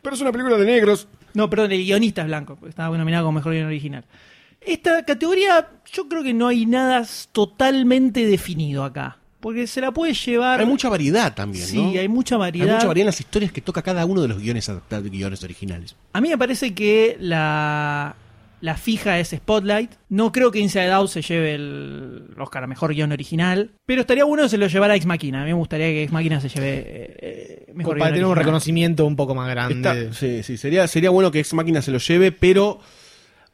Speaker 4: Pero es una película de negros.
Speaker 3: No, perdón, el guionista es blanco, porque estaba nominado como mejor guion original. Esta categoría, yo creo que no hay nada s- totalmente definido acá. Porque se la puede llevar.
Speaker 4: Hay mucha variedad también,
Speaker 3: Sí,
Speaker 4: ¿no?
Speaker 3: hay mucha
Speaker 4: Hay
Speaker 3: variedad.
Speaker 4: mucha variedad en las historias que toca cada uno de los guiones adaptados, guiones originales.
Speaker 3: A mí me parece que la, la fija es Spotlight. No creo que Inside Out se lleve el Oscar a mejor guión original. Pero estaría bueno que se lo llevara Ex Machina. A mí me gustaría que Ex Machina se lleve eh, eh, mejor
Speaker 5: Para tener
Speaker 3: guion
Speaker 5: un
Speaker 3: original.
Speaker 5: reconocimiento un poco más grande.
Speaker 4: Está- sí, sí, sería, sería bueno que Ex Máquina se lo lleve, pero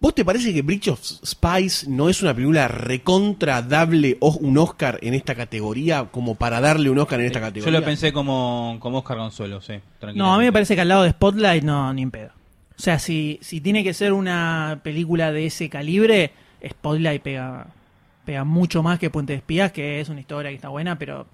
Speaker 4: ¿vos te parece que Bridge of Spice no es una película recontradable o un Oscar en esta categoría como para darle un Oscar en esta
Speaker 6: Eh, Yo
Speaker 4: categoría?
Speaker 6: lo pensé como, como Oscar Gonzalo, sí.
Speaker 3: No, a mí
Speaker 6: tranquilamente.
Speaker 3: me parece que al lado de Spotlight no, ni en pedo. O sea, si, si tiene que ser una película de ese calibre, Spotlight pega, pega mucho más que Puente de Espías, que es una historia que está buena, pero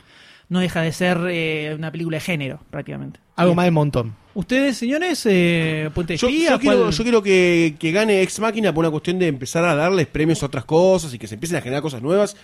Speaker 3: no deja de ser eh, una película de género, prácticamente.
Speaker 5: Algo más de montón.
Speaker 3: ¿Ustedes, señores, eh, Puente de
Speaker 4: Yo,
Speaker 3: Espías?
Speaker 4: yo quiero,
Speaker 3: cuál-
Speaker 4: yo quiero que, que gane Ex Máquina por una cuestión de empezar a darles premios a otras cosas y que se empiecen a generar cosas nuevas.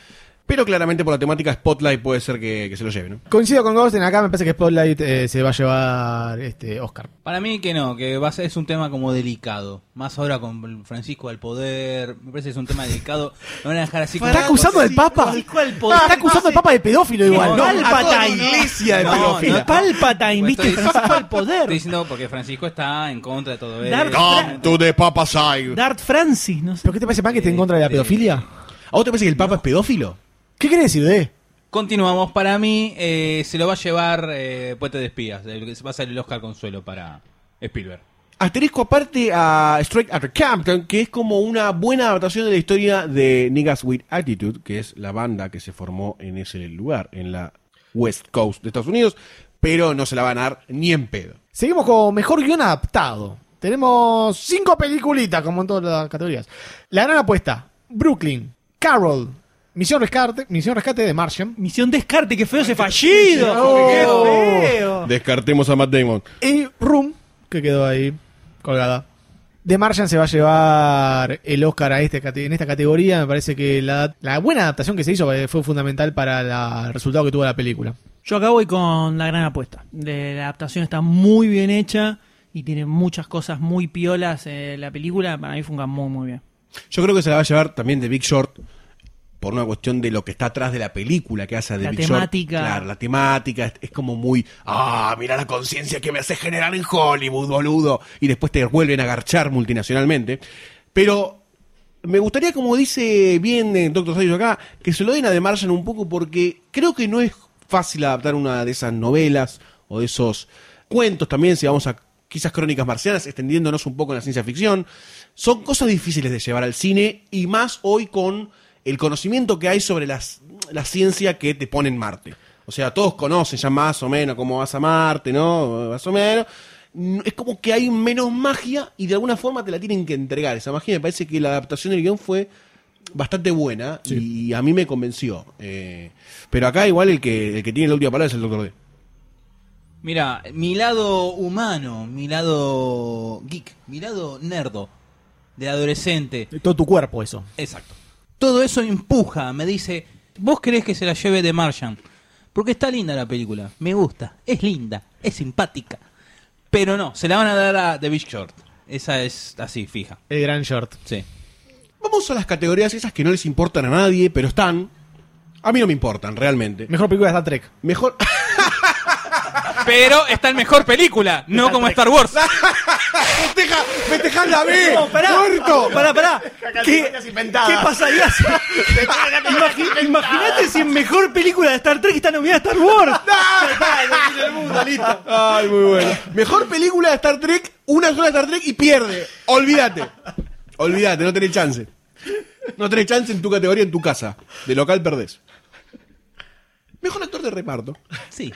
Speaker 4: Pero claramente por la temática Spotlight puede ser que, que se lo lleve, ¿no?
Speaker 5: Coincido con Ghost, en acá me parece que Spotlight eh, se va a llevar este Oscar.
Speaker 6: Para mí que no, que va a ser- es un tema como delicado. Más ahora con Francisco al poder. Me parece que es un tema delicado. No van a dejar así como-
Speaker 5: ¿Está acusando al Papa?
Speaker 3: Francisco al poder.
Speaker 5: Está acusando al Papa de pedófilo igual.
Speaker 6: No,
Speaker 5: ¿no?
Speaker 6: no,
Speaker 4: a toda
Speaker 3: Palpatine.
Speaker 4: una iglesia de
Speaker 6: No,
Speaker 4: pedófila.
Speaker 6: no,
Speaker 3: Palpatine, ¿viste?
Speaker 6: Pues Estoy-
Speaker 3: Francisco al
Speaker 6: Estoy eh,
Speaker 3: poder.
Speaker 6: diciendo porque Francisco está en contra de todo
Speaker 3: Dar-
Speaker 6: eso.
Speaker 4: Come to the Papa side.
Speaker 3: Dart Francis, no sé.
Speaker 5: ¿Pero qué te parece más que esté en contra de la pedofilia?
Speaker 4: ¿A vos te parece que el Papa es pedófilo?
Speaker 5: ¿Qué quiere decir de?
Speaker 6: Continuamos. Para mí eh, se lo va a llevar eh, Puente de Espías. el que Va a ser el Oscar Consuelo para Spielberg.
Speaker 4: Asterisco aparte a Straight Outta Compton, que es como una buena adaptación de la historia de Niggas with Attitude, que es la banda que se formó en ese lugar, en la West Coast de Estados Unidos, pero no se la van a dar ni en pedo.
Speaker 5: Seguimos con mejor guión adaptado. Tenemos cinco peliculitas, como en todas las categorías. La gran apuesta: Brooklyn, Carol, Misión Rescate, Misión Rescate de Martian.
Speaker 3: Misión Descarte, que feo ese fallido.
Speaker 5: Oh.
Speaker 3: ¡Qué feo!
Speaker 4: Descartemos a Matt Damon.
Speaker 5: Y Room, que quedó ahí colgada. De Martian se va a llevar el Oscar a este, cate- en esta categoría. Me parece que la, la buena adaptación que se hizo eh, fue fundamental para la- el resultado que tuvo la película.
Speaker 3: Yo acá voy con la gran apuesta. De- La adaptación está muy bien hecha y tiene muchas cosas muy piolas. eh, la película para mí funga muy, muy bien.
Speaker 4: Yo creo que se la va a llevar también de Big Short por una cuestión de lo que está atrás de la película que hace de
Speaker 3: La
Speaker 4: Big
Speaker 3: temática.
Speaker 4: Short. Claro, la temática es, es como muy, ah, mira la conciencia que me hace generar en Hollywood, boludo, y después te vuelven a agarchar multinacionalmente. Pero me gustaría, como dice bien eh, Doctor Sayus acá, que se lo den a De Martian un poco porque creo que no es fácil adaptar una de esas novelas o de esos cuentos también, si vamos a quizás crónicas marcianas, extendiéndonos un poco en la ciencia ficción. Son cosas difíciles de llevar al cine y más hoy con el conocimiento que hay sobre las, la ciencia que te pone en Marte. O sea, todos conocen ya más o menos cómo vas a Marte, ¿no? Más o menos. Mm, Es como que hay menos magia y de alguna forma te la tienen que entregar. Esa magia me parece que la adaptación del guión fue bastante buena y a mí me convenció. Eh, pero acá igual el que, el que tiene la última palabra es el Doctor D.
Speaker 6: Mira, mi lado humano, mi lado geek, mi lado nerdo, de adolescente.
Speaker 5: Todo tu cuerpo eso.
Speaker 6: Exacto. Todo eso empuja, me dice, vos querés que se la lleve de Martian. Porque está linda la película, me gusta, es linda, es simpática. Pero no, se la van a dar a The Big Short. Esa es así, fija.
Speaker 5: El gran short.
Speaker 6: Sí.
Speaker 4: Vamos a las categorías esas que no les importan a nadie, pero están. A mí no me importan, realmente.
Speaker 5: Mejor película de Star Trek.
Speaker 4: Mejor.
Speaker 6: Pero está en mejor película, no como Star Wars.
Speaker 4: ¡Festeja! ¡Festeja la B!
Speaker 3: No, pará.
Speaker 4: ¡Muerto!
Speaker 3: Pará, pará. ¿Qué,
Speaker 5: cacatúas inventadas.
Speaker 3: ¿qué pasaría si... Imagi- Imagínate si en mejor película de Star Trek está nominada Star Wars.
Speaker 4: Ay, muy bueno. Mejor película de Star Trek, una sola de Star Trek y pierde. Olvídate. Olvídate, no tenés chance. No tenés chance en tu categoría, en tu casa. De local perdés. Mejor actor de reparto.
Speaker 6: Sí.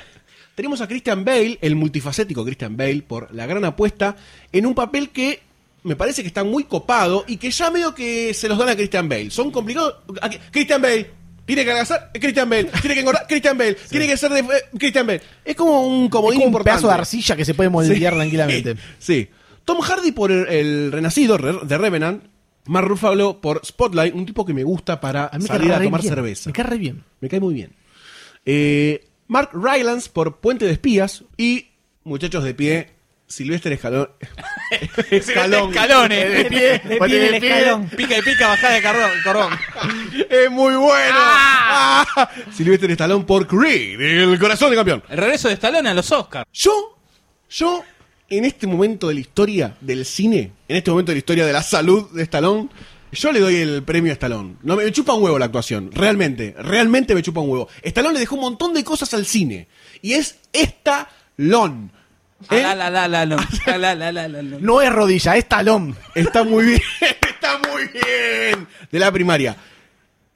Speaker 4: Tenemos a Christian Bale, el multifacético Christian Bale, por la gran apuesta, en un papel que me parece que está muy copado y que ya medio que se los dan a Christian Bale. Son complicados. Aquí, Christian Bale. Tiene que adelgazar, eh, Christian Bale. Tiene que engordar, Christian Bale. Tiene que ser de, eh, Christian Bale. Es como un
Speaker 5: Es
Speaker 4: comodín
Speaker 5: como un
Speaker 4: importante.
Speaker 5: pedazo de arcilla que se puede moldear tranquilamente.
Speaker 4: Sí. Tom Hardy por el, el Renacido Re- de Revenant. Mark Ruffalo por Spotlight, un tipo que me gusta para
Speaker 5: A mí me cae
Speaker 4: salir a
Speaker 5: re
Speaker 4: tomar
Speaker 5: bien.
Speaker 4: cerveza.
Speaker 5: Me cae re bien.
Speaker 4: Me cae muy bien. Eh, Mark Rylance por Puente de Espías y Muchachos de Pie, Silvestre Escalón. Escalón.
Speaker 6: Escalones. De pie.
Speaker 3: Le pide el escalón.
Speaker 6: Pica y pica, bajada de cordón. cordón.
Speaker 4: ¡Es muy bueno! Ah, Silvestre Estalón por Creed, el corazón de campeón.
Speaker 6: El regreso de Stallone a los Oscars.
Speaker 4: Yo, yo, en este momento de la historia del cine, en este momento de la historia de la salud de Stallone, yo le doy el premio a Stallone. No, me, me chupa un huevo la actuación, realmente, realmente me chupa un huevo. Stallone le dejó un montón de cosas al cine, y es Stallone. ¿Eh?
Speaker 6: Ah, La, la, la, la, la, la, la, la, la, la, la.
Speaker 5: No es rodilla, es talón.
Speaker 4: Está muy bien, está muy bien. De la primaria.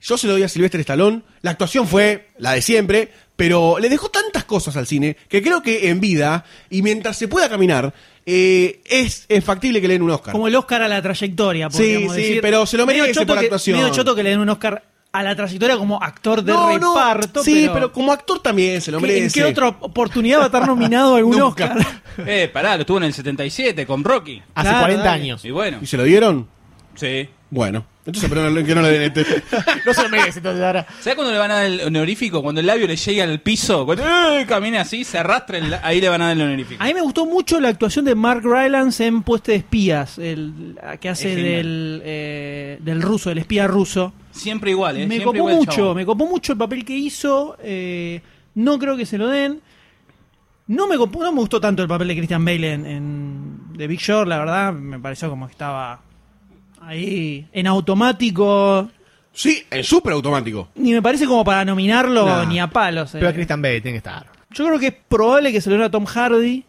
Speaker 4: Yo se lo doy a Silvestre Stallone. La actuación fue la de siempre, pero le dejó tantas cosas al cine que creo que en vida y mientras se pueda caminar, eh, es, es factible que le den un Oscar.
Speaker 3: Como el Oscar a la trayectoria, podríamos
Speaker 4: Sí, sí,
Speaker 3: decir.
Speaker 4: pero se lo merece
Speaker 3: Medio choto
Speaker 4: por
Speaker 3: que-
Speaker 4: actuación.
Speaker 3: medio choto que le den un Oscar a la trayectoria como actor de
Speaker 4: No, no,
Speaker 3: reparto.
Speaker 4: sí, pero... como actor también se lo
Speaker 3: ¿qué-
Speaker 4: merece.
Speaker 3: ¿En qué otra oportunidad va a estar nominado a algún
Speaker 4: Nunca.
Speaker 3: Oscar?
Speaker 6: Eh, pará, lo estuvo en el 77 con Rocky.
Speaker 5: Hace
Speaker 3: Claro,
Speaker 5: 40
Speaker 3: dale.
Speaker 5: años.
Speaker 6: Y bueno,
Speaker 4: ¿Y se lo dieron?
Speaker 6: sí.
Speaker 4: Bueno. Entonces, pero no- que no le den este.
Speaker 5: No se lo merece entonces ahora.
Speaker 6: ¿Sabes cuando le van a dar el honorífico? Cuando el labio le llega al piso, cuando ¡eh! camina así, se arrastra, el- ahí le van a dar el honorífico.
Speaker 3: A mí me gustó mucho la actuación de Mark Rylance en Pueste de Espías, el, la que hace
Speaker 6: Es genial.
Speaker 3: del, eh, del ruso, del espía ruso.
Speaker 6: Siempre igual, ¿eh?
Speaker 3: me
Speaker 6: Siempre
Speaker 3: copó
Speaker 6: igual,
Speaker 3: mucho,
Speaker 6: chabón.
Speaker 3: me copó mucho el papel que hizo. eh, no creo que se lo den. No me, copó- no me gustó tanto el papel de Christian Bale en, en The Big Short, la verdad. Me pareció como que estaba ahí en automático.
Speaker 4: Sí, en súper automático.
Speaker 3: Ni me parece como para nominarlo
Speaker 5: Nah.
Speaker 3: ni a palos. eh.
Speaker 5: Pero a Christian Bale tiene que estar.
Speaker 3: Yo creo que es probable que se lo den a Tom Hardy,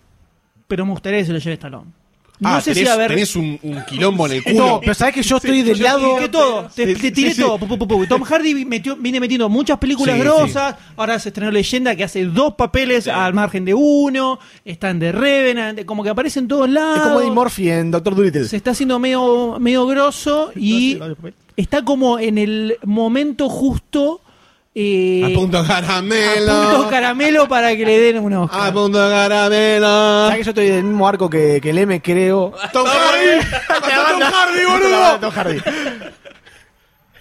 Speaker 3: pero me gustaría que se lo lleve Stallone. No
Speaker 4: ah,
Speaker 3: sé
Speaker 4: tenés,
Speaker 3: si a ver.
Speaker 4: tenés un, un quilombo en el culo.
Speaker 5: No, pero sabes que yo estoy del
Speaker 3: Yo
Speaker 5: lado.
Speaker 3: tiré todo, te,
Speaker 4: Sí,
Speaker 3: te tiré
Speaker 4: sí, sí.
Speaker 3: todo. pu, pu, pu, pu. Tom Hardy metió- viene metiendo muchas películas
Speaker 4: Sí,
Speaker 3: grosas. Ahora se estrenó Leyenda, que hace dos papeles al margen de uno. Están de Revenant, como que aparece en todos lados.
Speaker 5: Es como Eddie Murphy en Doctor Dolittle.
Speaker 3: se está haciendo medio, medio grosso y
Speaker 5: No, sí, no, papel.
Speaker 3: está como en el momento justo. eh,
Speaker 4: a punto
Speaker 3: a punto
Speaker 4: caramelo.
Speaker 3: caramelo para que le den un Oscar.
Speaker 4: A punto caramelo.
Speaker 5: ¿Sabes que yo estoy del mismo arco que, que el M, creo?
Speaker 4: Tom Hardy. Mató a Tom Hardy, boludo.
Speaker 5: Tom Hardy.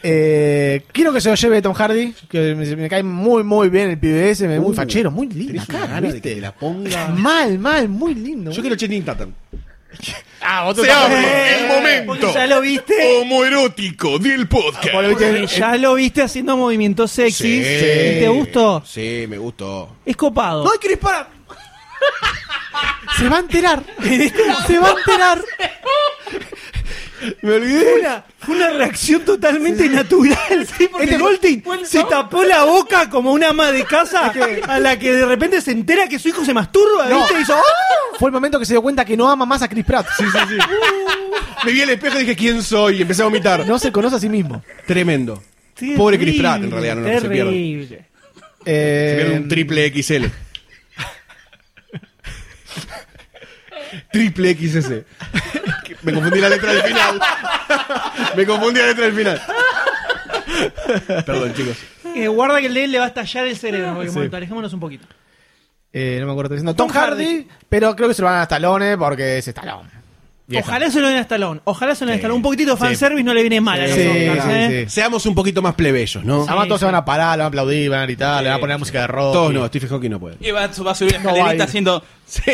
Speaker 5: Eh, quiero que se lo lleve Tom Hardy, que me, me cae muy, muy bien el pibe ese, me- muy
Speaker 4: Uh,
Speaker 5: fachero, muy lindo.
Speaker 4: Tenés una gana de que te la ponga.
Speaker 5: Mal, mal, muy lindo.
Speaker 4: Yo quiero Channing Tatum.
Speaker 5: Ah,
Speaker 4: Se abre el momento.
Speaker 3: Porque ya lo viste.
Speaker 4: Homoerótico del
Speaker 5: Vos lo
Speaker 4: podcast.
Speaker 5: viste en-
Speaker 3: porque ya lo viste haciendo movimientos sexys.
Speaker 4: Sí.
Speaker 3: ¿Y te gustó?
Speaker 4: Sí, me gustó.
Speaker 3: Es copado.
Speaker 4: No hay que disparar.
Speaker 5: Se va a enterar. se va a enterar.
Speaker 4: Me olvidé.
Speaker 3: Una, fue una reacción totalmente natural.
Speaker 5: porque
Speaker 3: este
Speaker 5: fue-
Speaker 3: Goldstein
Speaker 5: fue el-
Speaker 3: se
Speaker 5: ¿no?
Speaker 3: tapó la boca como una ama de casa
Speaker 5: que-
Speaker 3: a la que de repente se entera que su hijo se masturba,
Speaker 5: No.
Speaker 3: ¿viste? Y hizo, "Ah".
Speaker 5: Fue el momento que se dio cuenta que no ama más a Chris Pratt.
Speaker 4: Me vi al espejo y dije, ¿quién soy? Y empecé a vomitar.
Speaker 5: No se conoce a sí mismo.
Speaker 4: Tremendo.
Speaker 3: Terrible,
Speaker 4: Pobre Chris Pratt, en realidad, no lo que se pierde.
Speaker 3: terrible.
Speaker 5: Eh,
Speaker 4: Se pierde un triple XL. triple XS. Me confundí la letra del final. Me confundí la letra del final. Perdón, chicos.
Speaker 3: Eh, guarda que el de él le va a estallar el cerebro. porque, bueno, alejémonos un poquito.
Speaker 5: eh, no me acuerdo diciendo. Tom
Speaker 3: Tom Hardy.
Speaker 5: Hardy, pero creo que se lo van a Stallone porque es Stallone. Vieja.
Speaker 3: Ojalá se lo den a Stallone. Ojalá se lo den a
Speaker 4: Sí.
Speaker 3: Stallone. Un poquitito de
Speaker 4: Sí.
Speaker 3: fanservice no le viene mal a los
Speaker 5: Sí,
Speaker 3: Oscars,
Speaker 5: sí,
Speaker 3: ¿eh?
Speaker 4: Seamos un poquito más plebeyos, ¿no?
Speaker 5: Además, todos
Speaker 3: sí.
Speaker 5: se van a parar, le van a aplaudir, van a gritar, le van a poner música de rock.
Speaker 4: Todos
Speaker 5: y-
Speaker 4: no, Stephen Hawking no puede.
Speaker 6: Y va, va a subir la
Speaker 5: No
Speaker 6: escalerita
Speaker 5: baile.
Speaker 6: haciendo.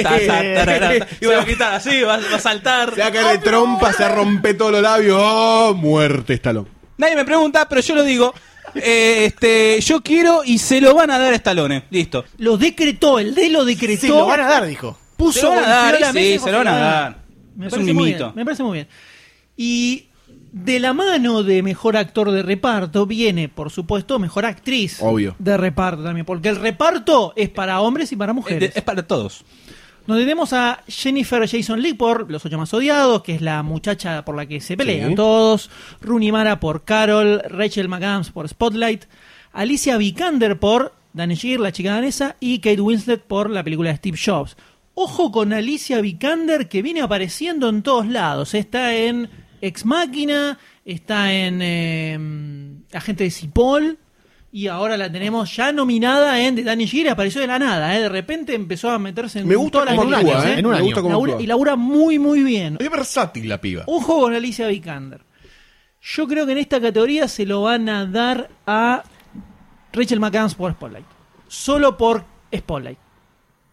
Speaker 6: ta, ta, tarara, ta. Y va a quitar así, va, va a saltar.
Speaker 4: Se va a caer de trompa, se rompe todos los labios. ¡Oh, muerte, Stallone!
Speaker 6: Nadie me pregunta, pero yo lo digo. Eh, este, yo quiero y se lo van a dar a Stallone. Listo.
Speaker 3: Lo decretó, el de lo decretó.
Speaker 5: Sí, lo van a dar, dijo.
Speaker 3: puso
Speaker 6: Se lo van a
Speaker 3: golpeó
Speaker 6: dar,
Speaker 3: la
Speaker 6: sí,
Speaker 3: mesa y
Speaker 6: se
Speaker 3: dijo, "Ah,
Speaker 6: lo van a dar.
Speaker 3: Me
Speaker 6: Es
Speaker 3: parece
Speaker 6: un
Speaker 3: muy
Speaker 6: mimito.
Speaker 3: bien, me parece muy bien. Y de la mano de mejor actor de reparto viene, por supuesto, mejor actriz
Speaker 4: Obvio.
Speaker 3: de reparto también, porque el reparto es para hombres y para
Speaker 6: Eh, de-
Speaker 3: mujeres.
Speaker 6: Es para todos.
Speaker 3: Donde tenemos a Jennifer Jason Leigh por Los Ocho Más Odiados, que es la muchacha por la que se pelean
Speaker 4: Sí.
Speaker 3: todos, Rooney Mara por Carol, Rachel McAdams por Spotlight, Alicia Vikander por Danegir, la chica danesa, y Kate Winslet por la película de Steve Jobs. Ojo con Alicia Vikander que viene apareciendo en todos lados. Está en Ex Máquina, está en eh, Agente de Cipoll. Y ahora la tenemos ya nominada en The Danny Giri, apareció de la nada, ¿eh? de repente empezó a meterse en
Speaker 4: Me gusta
Speaker 3: todas las
Speaker 4: cómo actúa,
Speaker 3: películas,
Speaker 4: ¿eh?
Speaker 5: en un
Speaker 4: Me
Speaker 5: año.
Speaker 4: gusta cómo
Speaker 3: Labura-
Speaker 4: actúa.
Speaker 3: y labura muy, muy bien.
Speaker 4: Es versátil la piba.
Speaker 3: Ojo con Alicia Vikander. Yo creo que en esta categoría se lo van a dar a Rachel McAdams por Spotlight. Solo por Spotlight.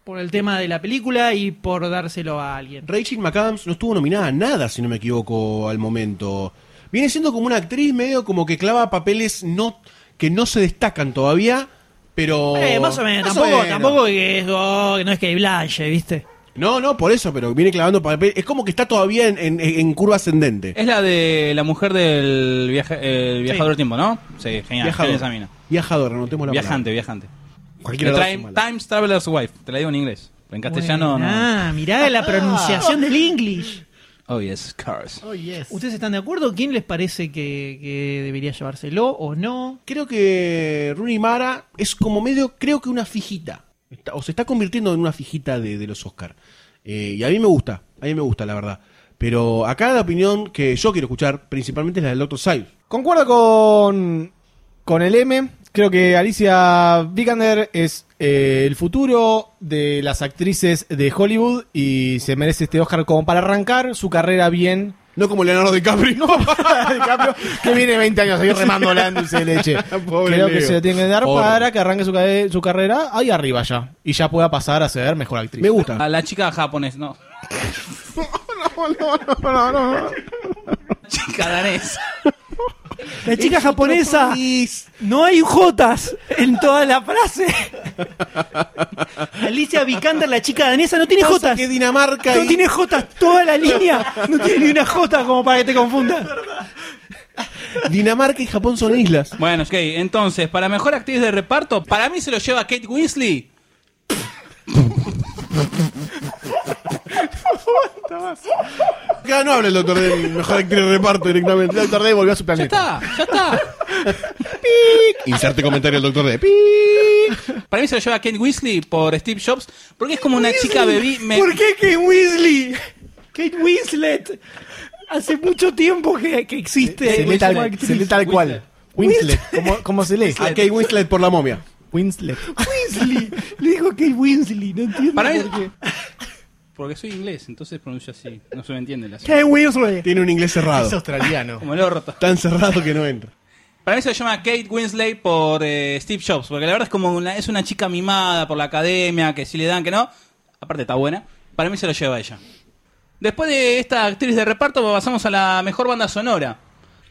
Speaker 3: Por el tema de la película y por dárselo a alguien.
Speaker 4: Rachel McAdams no estuvo nominada a nada, si no me equivoco, al momento. Viene siendo como una actriz medio como que clava papeles no que no se destacan todavía, pero...
Speaker 3: Eh, más o menos,
Speaker 4: Más o
Speaker 3: tampoco,
Speaker 4: menos.
Speaker 3: tampoco que es, oh, que no es que hay Blanche, ¿viste?
Speaker 4: No, no, por eso, pero viene clavando papeles. Es como que está todavía en, en- en curva ascendente.
Speaker 6: Es la de la mujer del viaje, el viajador del tiempo, ¿no? Sí, genial. genial esa mina.
Speaker 4: Viajador, anotemos la
Speaker 6: Viajante, viajante.
Speaker 4: palabra. Cualquiera de las dos
Speaker 6: Time-
Speaker 4: son malas.
Speaker 6: Times Traveler's Wife. Te la digo en inglés. Pero En castellano no.
Speaker 3: Ah, mirá la pronunciación del English.
Speaker 6: Oh, yes, cars.
Speaker 3: ¿Ustedes están de acuerdo? ¿Quién les parece que, que debería llevárselo o no?
Speaker 4: Creo que Rooney Mara es como medio, creo que una fijita. Está- o se está convirtiendo en una fijita de, de los Oscar. Eh, y a mí me gusta, a mí me gusta, la verdad. Pero acá la opinión que yo quiero escuchar, principalmente es la del Dr. Side.
Speaker 5: Concuerdo con, con el M. Creo que Alicia Vikander es eh, el futuro de las actrices de Hollywood y se merece este Oscar como para arrancar su carrera bien.
Speaker 4: No como Leonardo DiCaprio.
Speaker 5: DiCaprio, que viene 20 años ahí remándola en dulce de leche.
Speaker 4: Pobre
Speaker 5: Creo que
Speaker 4: Leo.
Speaker 5: se le tiene que dar
Speaker 4: Pobre.
Speaker 5: para que arranque su, ca- su carrera ahí arriba ya. Y ya pueda pasar a ser mejor actriz.
Speaker 4: me gusta.
Speaker 6: A la chica japonesa, no. Chica danesa.
Speaker 3: La chica japonesa.
Speaker 4: País.
Speaker 3: No hay jotas en toda la frase. Alicia Vikander, la chica danesa, no tiene
Speaker 4: Pasa
Speaker 3: jotas.
Speaker 4: que Dinamarca
Speaker 3: No
Speaker 4: y-
Speaker 3: tiene jotas toda la línea. No tiene ni una jota como para que te confundas.
Speaker 4: Dinamarca y Japón son islas.
Speaker 6: Bueno, ok, entonces, para mejor actriz de reparto, para mí se lo lleva Kate Winsley.
Speaker 4: Acá no habla el doctor del mejor actriz de reparto directamente. El doctor D volvió a su
Speaker 6: Ya está, ya está.
Speaker 4: Inserte comentario el doctor D.
Speaker 6: Para mí se lo lleva Kate Winsley por Steve Jobs, porque es como una chica bebé. me-
Speaker 3: ¿Por qué Kate Weasley? Kate Winslet. Hace mucho tiempo que, que existe.
Speaker 5: se lee
Speaker 3: como
Speaker 5: tal,
Speaker 3: actriz.
Speaker 5: se lee tal cual. Winslet. ¿Cómo, cómo se lee? Ah,
Speaker 4: A Kate Winslet por la momia.
Speaker 5: Winslet.
Speaker 3: Weasley. Le digo Kate Winsley, no entiendo
Speaker 6: Para mí-
Speaker 3: por qué.
Speaker 6: Porque soy inglés, entonces pronuncio así. No se me entiende la
Speaker 3: Kate Winsley.
Speaker 4: Tiene un inglés
Speaker 5: Es
Speaker 4: cerrado.
Speaker 5: australiano.
Speaker 6: Como el orto.
Speaker 4: Tan cerrado que no entra.
Speaker 6: Para mí se lo llama Kate Winsley por eh, Steve Jobs, porque la verdad es como una, es una chica mimada por la academia, que si le dan que no, aparte está buena. Para mí se lo lleva ella. Después de esta actriz de reparto pasamos a la mejor banda sonora.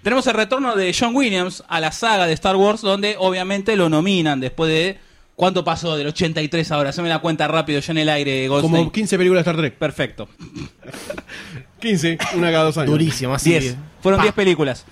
Speaker 6: Tenemos el retorno de John Williams a la saga de Star Wars, donde obviamente lo nominan después de... ¿Cuánto pasó del 83 ahora? Se me la cuenta rápido, yo en el aire, Goldstein.
Speaker 4: Como 15 películas de Star Trek.
Speaker 6: Perfecto.
Speaker 4: 15, una cada dos años.
Speaker 5: Durísimo, así.
Speaker 6: 10. Fueron 10 películas.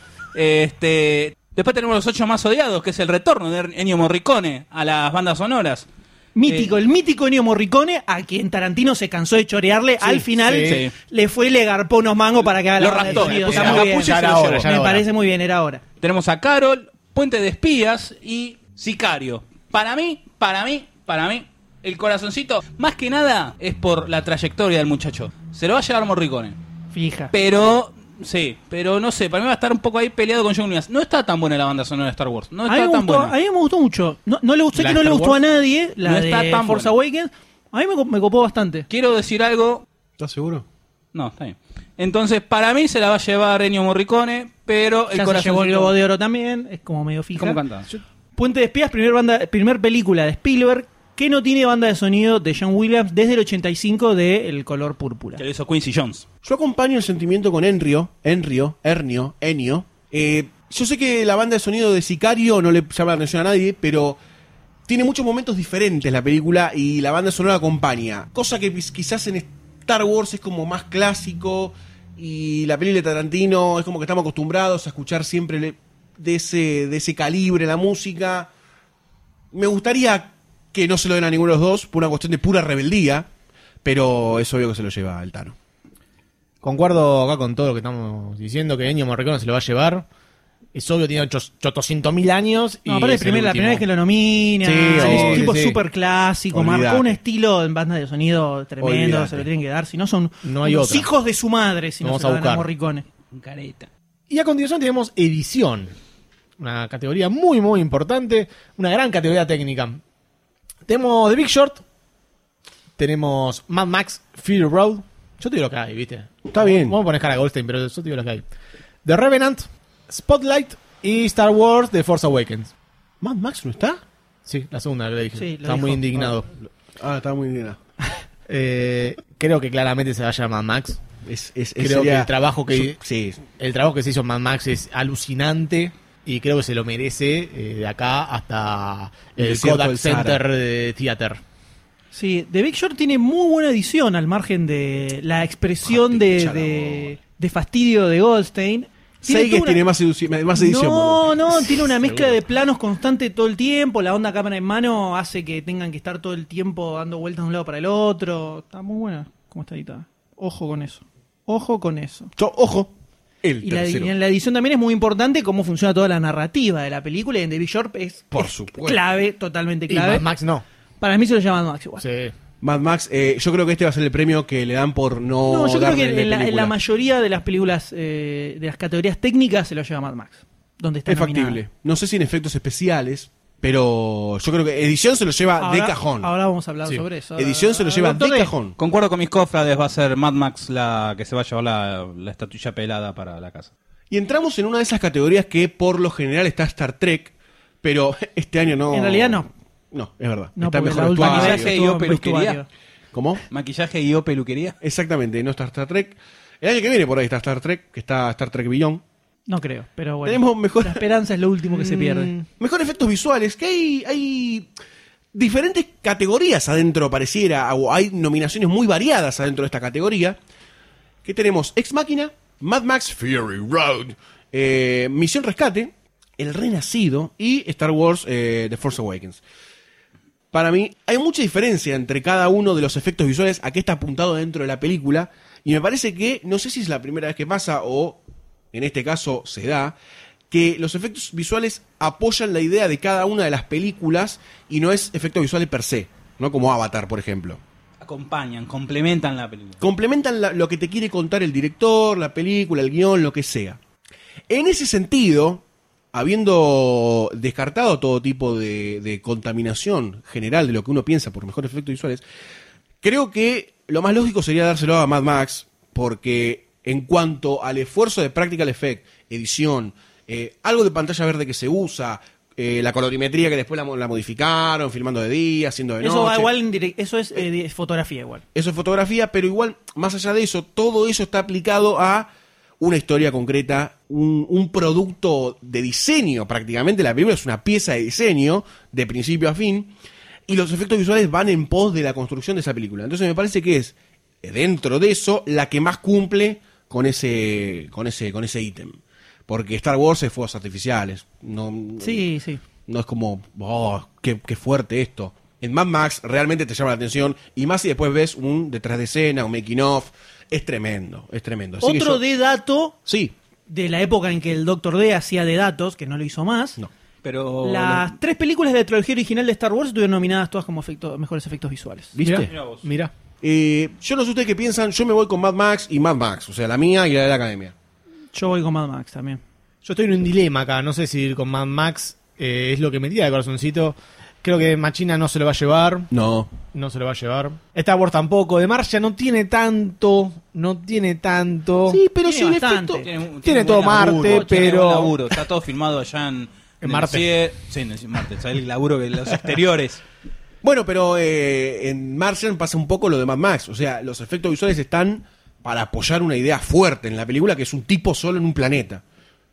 Speaker 6: Este, después tenemos los 8 más odiados, que es el retorno de Ennio Morricone a las bandas sonoras. Eh,
Speaker 3: Mítico, el mítico Ennio Morricone, a quien Tarantino se cansó de chorearle, al final
Speaker 6: sí.
Speaker 3: le fue y le garpó unos mangos para que haga
Speaker 6: Lo
Speaker 3: la banda de
Speaker 6: raptó, le
Speaker 3: sonido.
Speaker 6: puso
Speaker 3: Está
Speaker 6: la
Speaker 3: muy bien.
Speaker 6: capucha y se
Speaker 5: lo
Speaker 3: Me
Speaker 5: llevó. Ya era hora.
Speaker 3: parece muy bien, era ahora.
Speaker 6: Tenemos a Carol, Puente de Espías y Sicario. Para mí, para mí, para mí, el corazoncito, más que nada, es por la trayectoria del muchacho. Se lo va a llevar Morricone.
Speaker 3: Fija.
Speaker 6: Pero, sí, pero no sé, para mí va a estar un poco ahí peleado con John Williams. No está tan buena la banda sonora de Star Wars. No
Speaker 3: a, mí
Speaker 6: está
Speaker 3: me
Speaker 6: tan
Speaker 3: gustó,
Speaker 6: buena.
Speaker 3: a mí me gustó mucho. No, no le gustó, sé
Speaker 5: ¿La
Speaker 3: que no le
Speaker 5: Star
Speaker 3: gustó a
Speaker 5: Wars?
Speaker 3: nadie, la
Speaker 6: No
Speaker 3: de
Speaker 6: está tan
Speaker 3: Force
Speaker 6: buena.
Speaker 3: Awakens. A mí me, co- me copó bastante.
Speaker 6: Quiero decir algo
Speaker 4: ¿Estás seguro?
Speaker 6: No, está bien. Entonces, para mí se la va a llevar Ennio Morricone, pero el
Speaker 3: ya se
Speaker 6: corazón.
Speaker 3: llevó el Globo de Oro también, es como medio fija.
Speaker 6: ¿Cómo canta?
Speaker 3: Puente de Espías, primer, banda, primer película de Spielberg que no tiene banda de sonido de John Williams desde el 85 de El color púrpura.
Speaker 6: Que lo hizo Quincy Jones.
Speaker 4: Yo acompaño el sentimiento con Enrio, Enrio, Ernio, Enio. Eh, yo sé que la banda de sonido de Sicario no le llama la atención a nadie, pero tiene muchos momentos diferentes la película y la banda sonora acompaña. Cosa que quiz- quizás en Star Wars es como más clásico y la peli de Tarantino es como que estamos acostumbrados a escuchar siempre le- de ese, de ese calibre la música. Me gustaría que no se lo den a ninguno de los dos por una cuestión de pura rebeldía, pero es obvio que se lo lleva el Tano.
Speaker 5: Concuerdo acá con todo lo que estamos diciendo, que Ennio Morricone se lo va a llevar. Es obvio, tiene 800.000 años. Y
Speaker 3: No, aparte
Speaker 5: es el
Speaker 3: primer- la
Speaker 5: último.
Speaker 3: primera vez que lo nomina,
Speaker 5: Sí,
Speaker 3: es un
Speaker 5: obvio,
Speaker 3: tipo
Speaker 5: sí.
Speaker 3: súper clásico, marcó
Speaker 4: Olvidate.
Speaker 3: un estilo en banda de sonido tremendo,
Speaker 4: Olvidate.
Speaker 3: se lo tienen que dar, si no son
Speaker 5: No hay
Speaker 3: unos
Speaker 5: otra.
Speaker 3: hijos de su madre, si no,
Speaker 5: Vamos
Speaker 3: se
Speaker 5: a
Speaker 3: lo dan
Speaker 5: buscar.
Speaker 3: Morricone.
Speaker 6: Careta.
Speaker 5: Y a continuación tenemos edición. Una categoría muy, muy importante. Una gran categoría técnica. Tenemos The Big Short. Tenemos Mad Max Fury Road. Yo te digo lo que hay, ¿viste?
Speaker 4: Está bien.
Speaker 5: Vamos a poner cara a Goldstein, pero yo te digo lo que hay. The Revenant, Spotlight y Star Wars The Force Awakens.
Speaker 4: ¿Mad Max no está?
Speaker 5: Sí, la segunda que le dije.
Speaker 3: Sí, lo
Speaker 5: Está
Speaker 3: dijo.
Speaker 5: muy indignado.
Speaker 4: Ah, está muy bien.
Speaker 5: Eh, creo que claramente se va a llamar Max.
Speaker 4: Es, es,
Speaker 5: Creo
Speaker 4: es- sería-
Speaker 5: que el trabajo que-
Speaker 4: Yo- sí.
Speaker 5: El trabajo que se hizo en Mad Max es alucinante y creo que se lo merece eh, de acá hasta
Speaker 4: El
Speaker 5: el
Speaker 4: desierto
Speaker 5: Kodak
Speaker 4: del Sahara.
Speaker 5: Center de Theater.
Speaker 3: Sí, The Big Short tiene muy buena edición al margen de la
Speaker 5: Ah,
Speaker 3: expresión
Speaker 4: Jate,
Speaker 3: de,
Speaker 4: chala,
Speaker 3: de- de fastidio de Goldstein.
Speaker 4: Seiges
Speaker 3: toda
Speaker 4: tiene,
Speaker 3: una-
Speaker 4: más, edu- más edición.
Speaker 3: No,
Speaker 4: boludo.
Speaker 3: no, tiene una mezcla de planos constante todo el tiempo. La onda cámara en mano hace que tengan que estar todo el tiempo dando vueltas de un lado para el otro. Está muy buena como está editada. Ojo con eso. Ojo con eso.
Speaker 4: Yo, ojo, el
Speaker 3: Y la,
Speaker 4: tercero.
Speaker 3: y en la edición también es muy importante cómo funciona toda la narrativa de la película. Y en The Big Short es,
Speaker 4: Por
Speaker 3: es
Speaker 4: supuesto.
Speaker 3: clave, totalmente
Speaker 5: Y Mad
Speaker 3: clave.
Speaker 5: Max no.
Speaker 3: Para mí se lo llaman Max igual.
Speaker 5: Sí.
Speaker 4: Mad Max, eh, yo creo que este va a ser el premio que le dan por no.
Speaker 3: No, yo creo
Speaker 4: darle
Speaker 3: que en la, en
Speaker 4: película.
Speaker 3: la mayoría de las películas, eh, de las categorías técnicas, se lo lleva Mad Max. Donde está
Speaker 4: Es
Speaker 3: nominada.
Speaker 4: factible. No sé si en efectos especiales, pero yo creo que edición se lo lleva Ah, de
Speaker 3: Ahora-
Speaker 4: cajón.
Speaker 3: Ahora vamos a hablar
Speaker 5: Sí.
Speaker 3: sobre eso.
Speaker 4: edición se lo lleva
Speaker 3: Doctor E.
Speaker 4: de
Speaker 3: D.
Speaker 4: cajón.
Speaker 6: Concuerdo con mis cofrades, va a ser Mad Max la que se va a llevar la, la estatuilla pelada para la casa.
Speaker 4: Y entramos en una de esas categorías que por lo general está Star Trek, pero este año no.
Speaker 3: En realidad no.
Speaker 4: No, es verdad.
Speaker 3: No,
Speaker 4: está
Speaker 3: porque
Speaker 4: mejor
Speaker 3: la última
Speaker 4: actuado.
Speaker 3: vez
Speaker 6: vestuario.
Speaker 3: estuvo en
Speaker 6: Peluquería.
Speaker 3: vestuario.
Speaker 4: ¿Cómo?
Speaker 6: Maquillaje y o peluquería.
Speaker 4: Exactamente, no está Star Trek. El año que viene por ahí está Star Trek, que está Star Trek Beyond.
Speaker 3: No creo, pero bueno.
Speaker 4: Tenemos mejor-
Speaker 3: La esperanza es lo último que se pierde.
Speaker 4: Mm. Mejor efectos visuales, que hay, hay diferentes categorías adentro, pareciera, o hay nominaciones muy variadas adentro de esta categoría. Que tenemos Ex Máquina, Mad Max Fury Road, eh, Misión Rescate, El Renacido y Star Wars eh, The Force Awakens. Para mí hay mucha diferencia entre cada uno de los efectos visuales a qué está apuntado dentro de la película y me parece que, no sé si es la primera vez que pasa o en este caso se da, que los efectos visuales apoyan la idea de cada una de las películas y no es efectos visuales per se, no como Avatar, por ejemplo
Speaker 6: Acompañan, complementan la película.
Speaker 4: complementan la- lo que te quiere contar el director, la película, el guión, lo que sea. En ese sentido, habiendo descartado todo tipo de, de contaminación general de lo que uno piensa por mejores efectos visuales, creo que lo más lógico sería dárselo a Mad Max, porque en cuanto al esfuerzo de Practical Effect, edición, eh, algo de pantalla verde que se usa, eh, la colorimetría que después la, mo- la modificaron, filmando de día, haciendo de noche.
Speaker 3: Eso va igual en direc- eso es eh, de- fotografía igual.
Speaker 4: Eso es fotografía, pero igual, más allá de eso, todo eso está aplicado a una historia concreta, un, un producto de diseño prácticamente. La película es una pieza de diseño, de principio a fin, y los efectos visuales van en eh, pos de la construcción de esa película. Entonces me parece que es, dentro de eso, la que más cumple con ese, con ese, con ese ítem. Porque Star Wars es fuegos artificiales. No,
Speaker 3: Sí, sí.
Speaker 4: no es como, oh, qué, qué fuerte esto. En Mad Max realmente te llama la atención y más si después ves un detrás de escena, un making of. Es tremendo, es tremendo. Así que
Speaker 3: Otro
Speaker 4: yo-
Speaker 3: de dato
Speaker 4: Sí,
Speaker 3: de la época en que el Doctor D hacía de datos, que no lo hizo más.
Speaker 4: no.
Speaker 6: Pero.
Speaker 3: Las tres películas de la trilogía original de Star Wars estuvieron nominadas todas como efecto- mejores efectos visuales.
Speaker 4: ¿Viste?
Speaker 5: Mirá, mirá.
Speaker 4: Eh, yo no sé ustedes qué piensan, yo me voy con Mad Max y Mad Max, o sea, la mía y la de la academia.
Speaker 3: Yo voy con Mad Max también.
Speaker 5: Yo estoy en un dilema acá, no sé si ir con Mad Max eh, es lo que me tira de corazoncito. Creo que Machina no se lo va a llevar,
Speaker 4: No.
Speaker 5: no se lo va a llevar. Star Wars tampoco, de Marcia no tiene tanto, no tiene tanto.
Speaker 4: Sí, pero
Speaker 3: Tiene
Speaker 4: sin
Speaker 3: bastante.
Speaker 4: efecto.
Speaker 6: un-
Speaker 5: Tiene
Speaker 6: un
Speaker 5: todo
Speaker 6: buen laburo,
Speaker 5: Marte,
Speaker 6: tiene
Speaker 5: pero-
Speaker 6: buen laburo. Está todo filmado allá en. el
Speaker 5: Marte.
Speaker 6: CIE Sí, en el Marte. O sea, el laburo que los exteriores.
Speaker 4: Bueno, pero eh, en Martian pasa un poco lo de Mad Max, o sea, los efectos visuales están para apoyar una idea fuerte en la película que es un tipo solo en un planeta.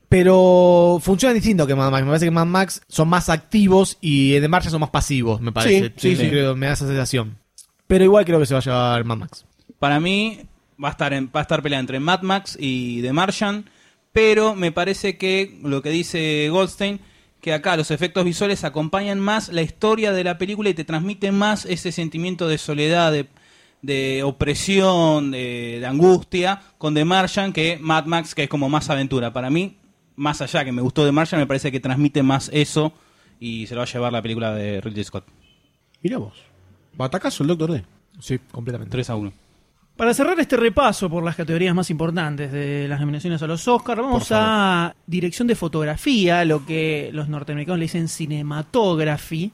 Speaker 5: Pero funcionan distinto que Mad Max. Me parece que Mad Max son más activos y eh, de Marcia son más pasivos, me parece.
Speaker 4: Sí, sí, sí.
Speaker 5: Creo, me da esa sensación. Pero igual creo que se va a llevar Mad Max.
Speaker 6: Para mí va a estar en- va a estar pelea entre Mad Max y The Martian, pero me parece que lo que dice Goldstein que acá los efectos visuales acompañan más la historia de la película y te transmiten más ese sentimiento de soledad, de, de opresión, de, de angustia con The Martian que Mad Max, que es como más aventura. Para mí, más allá que me gustó The Martian, me parece que transmite más eso y se lo va a llevar la película de Ridley Scott.
Speaker 4: Mirá vos. Batacazo el Doctor D.
Speaker 5: Sí, completamente.
Speaker 6: 3 a 1.
Speaker 3: Para cerrar este repaso por las categorías más importantes de las nominaciones a los Oscars, vamos
Speaker 4: Por favor.
Speaker 3: a dirección de fotografía, lo que los norteamericanos le dicen cinematography,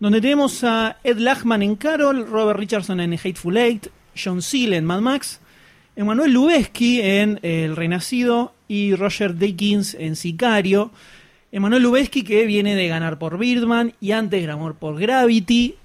Speaker 3: donde tenemos a Ed Lachman en Carol, Robert Richardson en Hateful Eight, John Seal en Mad Max, Emanuel Lubezki en El Renacido y Roger Deakins en Sicario. Emanuel Lubezki que viene de ganar por Birdman y antes Gramor por Gravity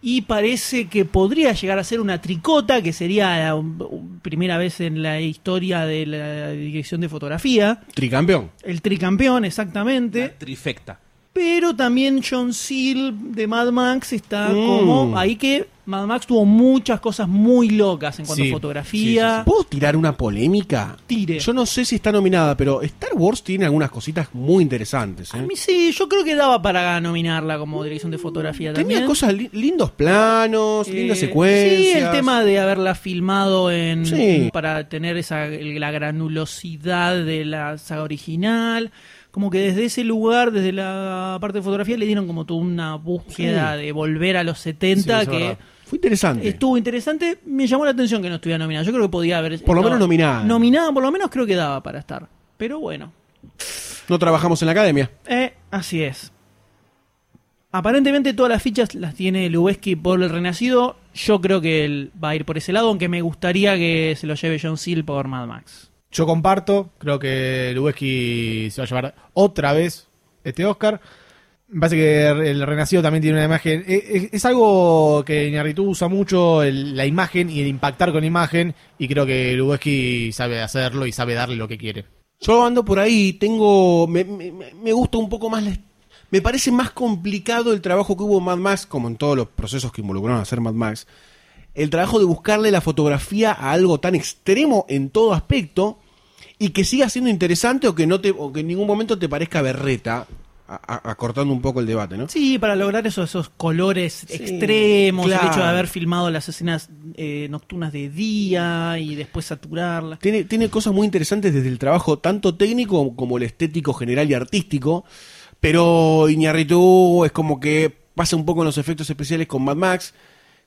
Speaker 3: y parece que podría llegar a ser una tricota, que sería la um, um, primera vez en la historia de la dirección de fotografía.
Speaker 4: Tricampeón.
Speaker 3: El tricampeón, exactamente.
Speaker 6: Trifecta.
Speaker 3: Pero también John Seal de Mad Max está
Speaker 4: Mm.
Speaker 3: como... Ahí que Mad Max tuvo muchas cosas muy locas en cuanto
Speaker 5: Sí,
Speaker 3: a fotografía.
Speaker 4: ¿Puedo tirar una polémica?
Speaker 3: Tire.
Speaker 4: Yo no sé si está nominada, pero Star Wars tiene algunas cositas muy interesantes. ¿eh?
Speaker 3: A mí sí, yo creo que daba para nominarla como dirección de fotografía
Speaker 4: Tenía
Speaker 3: también.
Speaker 4: cosas, li- lindos planos,
Speaker 3: Eh,
Speaker 4: lindas secuencias.
Speaker 3: Sí, el tema de haberla filmado en
Speaker 4: Sí.
Speaker 3: para tener esa la granulosidad de la saga original. Como que desde ese lugar, desde la parte de fotografía, le dieron como toda una búsqueda
Speaker 4: Sí.
Speaker 3: de volver a los
Speaker 5: Sí,
Speaker 3: 70
Speaker 5: eso es
Speaker 3: que
Speaker 5: verdad.
Speaker 4: Fue interesante.
Speaker 3: estuvo interesante. Me llamó la atención que no estuviera nominada. Yo creo que podía haber.
Speaker 4: Por lo
Speaker 3: no,
Speaker 4: menos nominada.
Speaker 3: Nominada, por lo menos creo que daba para estar. Pero bueno.
Speaker 4: No trabajamos en la academia.
Speaker 3: Eh, así es. Aparentemente todas las fichas las tiene Lubeski por el Renacido. Yo creo que él va a ir por ese lado, aunque me gustaría que se lo lleve John Seal por Mad Max.
Speaker 5: Yo comparto, creo que Lubeski se va a llevar otra vez este Oscar. Me parece que el Renacido también tiene una imagen. e- e- Es, algo que Iñárritu usa mucho, el- la imagen y el impactar con la imagen. Y creo que Lubeski sabe hacerlo y sabe darle lo que quiere.
Speaker 4: Yo ando por ahí, tengo. Me, me- me- me gusta un poco más. la- me parece más complicado el trabajo que hubo en Mad Max, como en todos los procesos que involucraron a hacer Mad Max. El trabajo de buscarle la fotografía a algo tan extremo en todo aspecto y que siga siendo interesante o que, no te, o que en ningún momento te parezca berreta, a- a- acortando un poco el debate, ¿no?
Speaker 3: Sí, para lograr esos, esos colores extremos,
Speaker 4: claro.
Speaker 3: el hecho de haber filmado las escenas eh, nocturnas de día y después saturarlas.
Speaker 4: Tiene, tiene cosas muy interesantes desde el trabajo tanto técnico como el estético general y artístico. Pero Iñarritu es como que pasa un poco en los efectos especiales con Mad Max,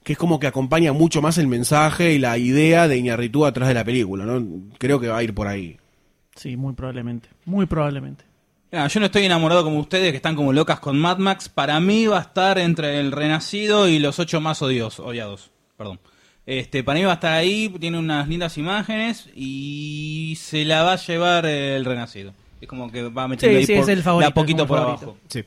Speaker 4: que es como que acompaña mucho más el mensaje y la idea de Iñarritu atrás de la película, ¿no? Creo que va a ir por ahí.
Speaker 3: Sí, muy probablemente. Muy probablemente.
Speaker 6: Mirá, Ah, yo no estoy enamorado como ustedes, que están como locas con Mad Max. Para mí va a estar entre el Renacido y los ocho más odios, odiados. Perdón. Este, para mí va a estar ahí, tiene unas lindas imágenes y se la va a llevar el Renacido. Es como que va metiendo
Speaker 3: Sí,
Speaker 6: ahí
Speaker 3: sí,
Speaker 6: por,
Speaker 3: es el
Speaker 6: de
Speaker 3: favorito,
Speaker 6: a poquito
Speaker 3: es
Speaker 6: por
Speaker 3: como el favorito.
Speaker 6: abajo.
Speaker 5: Sí.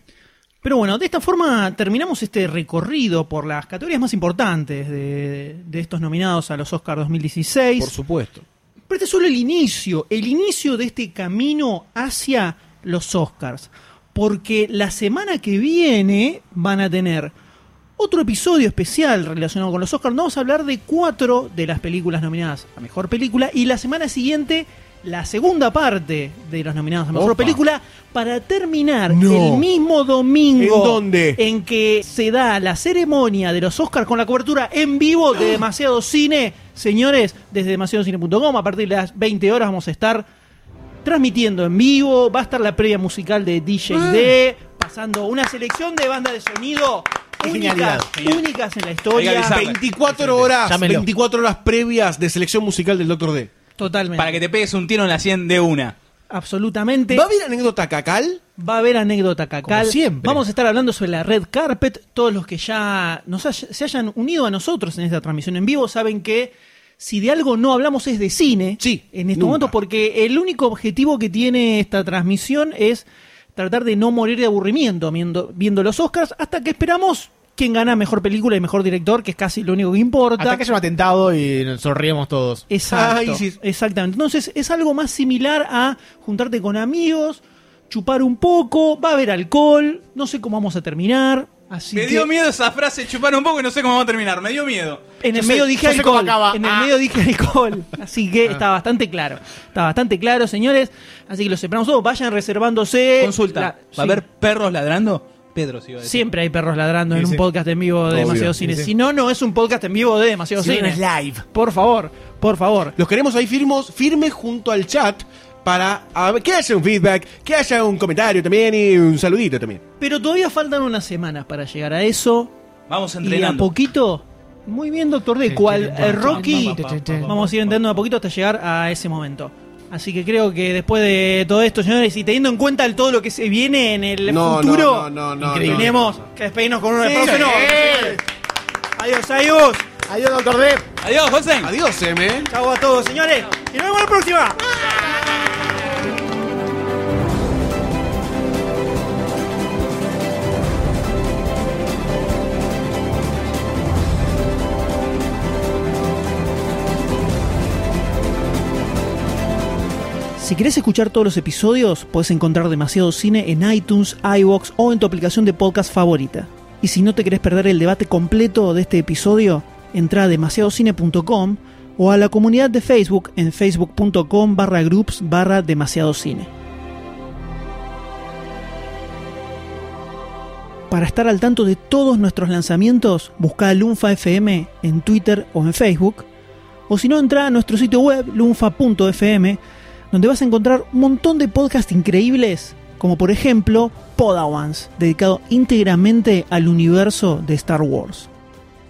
Speaker 3: Pero bueno, de esta forma terminamos este recorrido por las categorías más importantes de, de estos nominados a los Oscars 2016.
Speaker 4: Por supuesto.
Speaker 3: Pero este es solo el inicio, el inicio de este camino hacia los Oscars. Porque la semana que viene van a tener otro episodio especial relacionado con los Oscars. Vamos a hablar de cuatro de las películas nominadas a Mejor Película y la semana siguiente la segunda parte de los nominados a Mejor
Speaker 5: Opa.
Speaker 3: Película para terminar
Speaker 4: No.
Speaker 3: el mismo domingo
Speaker 4: ¿En dónde?
Speaker 3: en que se da la ceremonia de los Oscars con la cobertura en vivo de Demasiado Cine. Señores, desde demasiadocine.com a partir de las 20 horas vamos a estar transmitiendo en vivo. Va a estar la previa musical de DJ
Speaker 6: Ah.
Speaker 3: D, pasando una selección de bandas de sonido
Speaker 5: Qué genialidad.
Speaker 3: únicas, únicas en la historia.
Speaker 6: Hay que avisarle.
Speaker 4: 24 horas,
Speaker 5: Llámelo.
Speaker 4: 24 horas previas de selección musical del Doctor D.
Speaker 3: Totalmente.
Speaker 6: Para que te pegues un tiro en la 100 de una.
Speaker 3: Absolutamente.
Speaker 4: ¿Va a haber anécdota cacal?
Speaker 3: Va a haber anécdota cacal.
Speaker 5: Como siempre.
Speaker 3: Vamos a estar hablando sobre la red carpet. Todos los que ya nos hay- se hayan unido a nosotros en esta transmisión en vivo saben que si de algo no hablamos es de cine.
Speaker 4: Sí,
Speaker 3: En este
Speaker 4: nunca.
Speaker 3: momento, porque el único objetivo que tiene esta transmisión es tratar de no morir de aburrimiento viendo, viendo los Oscars hasta que esperamos quién gana mejor película y mejor director, que es casi lo único que importa.
Speaker 5: Hasta que haya un atentado y nos sonríamos todos.
Speaker 3: Exacto.
Speaker 4: Ah, ISIS.
Speaker 3: Exactamente. Entonces es algo más similar a juntarte con amigos, chupar un poco, va a haber alcohol, no sé cómo vamos a terminar. Así
Speaker 6: Me
Speaker 3: que-
Speaker 6: dio miedo esa frase, chupar un poco y no sé cómo va a terminar. Me dio miedo.
Speaker 3: En
Speaker 5: Yo
Speaker 3: el
Speaker 5: sé-
Speaker 3: medio dije
Speaker 5: yo sé cómo
Speaker 3: alcohol.
Speaker 5: acaba.
Speaker 3: En el
Speaker 5: Ah.
Speaker 3: medio dije alcohol. Así que está bastante claro. Está bastante claro, señores. Así que los esperamos todos. Vayan reservándose.
Speaker 6: Consulta.
Speaker 3: Eh, La-
Speaker 6: ¿Va
Speaker 3: sí.
Speaker 6: a haber perros ladrando? Pedro, sí iba a decir.
Speaker 3: Siempre hay perros ladrando en
Speaker 5: Sí,
Speaker 3: un
Speaker 5: sí.
Speaker 3: podcast en vivo de
Speaker 4: Obvio.
Speaker 3: Demasiado Cine. Si no, no es un podcast en vivo de Demasiado
Speaker 5: Si no,
Speaker 3: Cine.
Speaker 5: no es live.
Speaker 3: Por favor, por favor.
Speaker 4: Los queremos ahí firmos, firmes junto al chat para a ver, que haya un feedback, que haya un comentario también y un saludito también.
Speaker 3: Pero todavía faltan unas semanas para llegar a eso.
Speaker 6: Vamos
Speaker 3: Y de a
Speaker 6: entrenando.
Speaker 3: poquito, muy bien, doctor D. Cual eh, Rocky,
Speaker 5: Che, che, che.
Speaker 3: vamos a ir entrando a poquito hasta llegar a ese momento. Así que creo que después de todo esto, señores, y teniendo en cuenta el- todo lo que se viene en el
Speaker 4: No,
Speaker 3: futuro,
Speaker 4: no, no, no, no,
Speaker 3: tenemos que despedirnos con uno de
Speaker 4: Sí,
Speaker 3: próximo. Adiós, adiós.
Speaker 5: Adiós, doctor D.
Speaker 6: Adiós, José.
Speaker 4: Adiós, M.
Speaker 3: Chau a todos, señores. Y nos vemos la próxima. Si querés escuchar todos los episodios, puedes encontrar demasiado cine en iTunes, iBox o en tu aplicación de podcast favorita. Y si no te querés perder el debate completo de este episodio, entra a demasiadocine.com o a la comunidad de Facebook en facebook.com barra groups barra demasiado cine. Para estar al tanto de todos nuestros lanzamientos, busca a Lunfa FM en Twitter o en Facebook, o si no, entra a nuestro sitio web lunfa.fm, donde vas a encontrar un montón de podcasts increíbles, como por ejemplo Podawans, dedicado íntegramente al universo de Star Wars.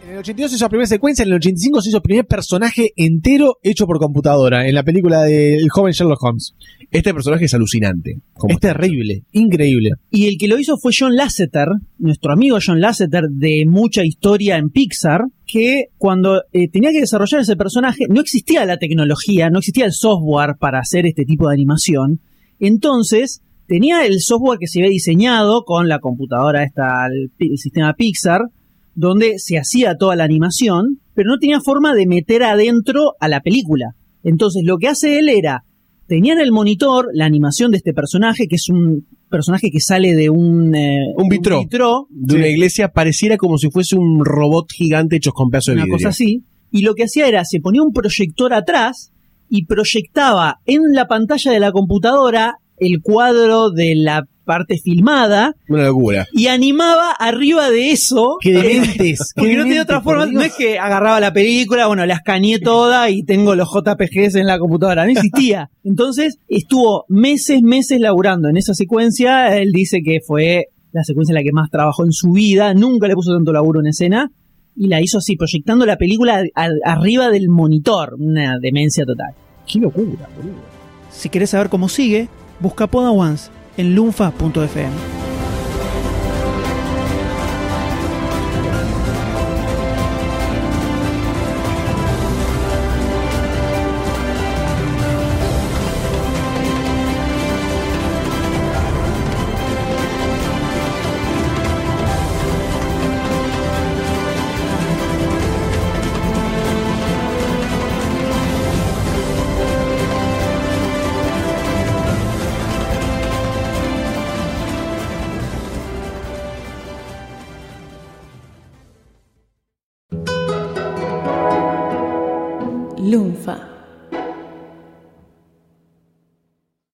Speaker 5: En el 82 se hizo la primera secuencia, en el 85 se hizo el primer personaje entero hecho por computadora, en la película del joven Sherlock Holmes.
Speaker 4: Este personaje es alucinante.
Speaker 5: es terrible, increíble.
Speaker 3: Y el que lo hizo fue John Lasseter, nuestro amigo John Lasseter de mucha historia en Pixar, que cuando eh, tenía que desarrollar ese personaje no existía la tecnología, no existía el software para hacer este tipo de animación. Entonces tenía el software que se había diseñado con la computadora, esta, el, pi- el sistema Pixar, donde se hacía toda la animación, pero no tenía forma de meter adentro a la película. Entonces lo que hace él era, tenía en el monitor la animación de este personaje, que es un personaje que sale de un, eh,
Speaker 4: Un vitró. De una iglesia pareciera como si fuese un robot gigante hecho con pedazos de
Speaker 3: una
Speaker 4: vidrio.
Speaker 3: cosa así. Y lo que hacía era, se ponía un proyector atrás y proyectaba en la pantalla de la computadora el cuadro de la parte filmada
Speaker 4: Una locura.
Speaker 3: y animaba arriba de eso.
Speaker 5: Qué dementes. qué
Speaker 3: Porque no tenía
Speaker 5: dementes,
Speaker 3: otra
Speaker 5: por
Speaker 3: forma,
Speaker 5: Dios.
Speaker 3: no es que agarraba la película, bueno, la escaneé toda y tengo los JPGs en la computadora, no existía. Entonces estuvo meses, meses laburando en esa secuencia, él dice que fue la secuencia en la que más trabajó en su vida, nunca le puso tanto laburo en escena y la hizo así, proyectando la película a- arriba del monitor, una demencia total.
Speaker 5: Qué locura, boludo.
Speaker 3: Si querés saber cómo sigue, busca Podawans en lunfa.fm.
Speaker 2: Lunfa.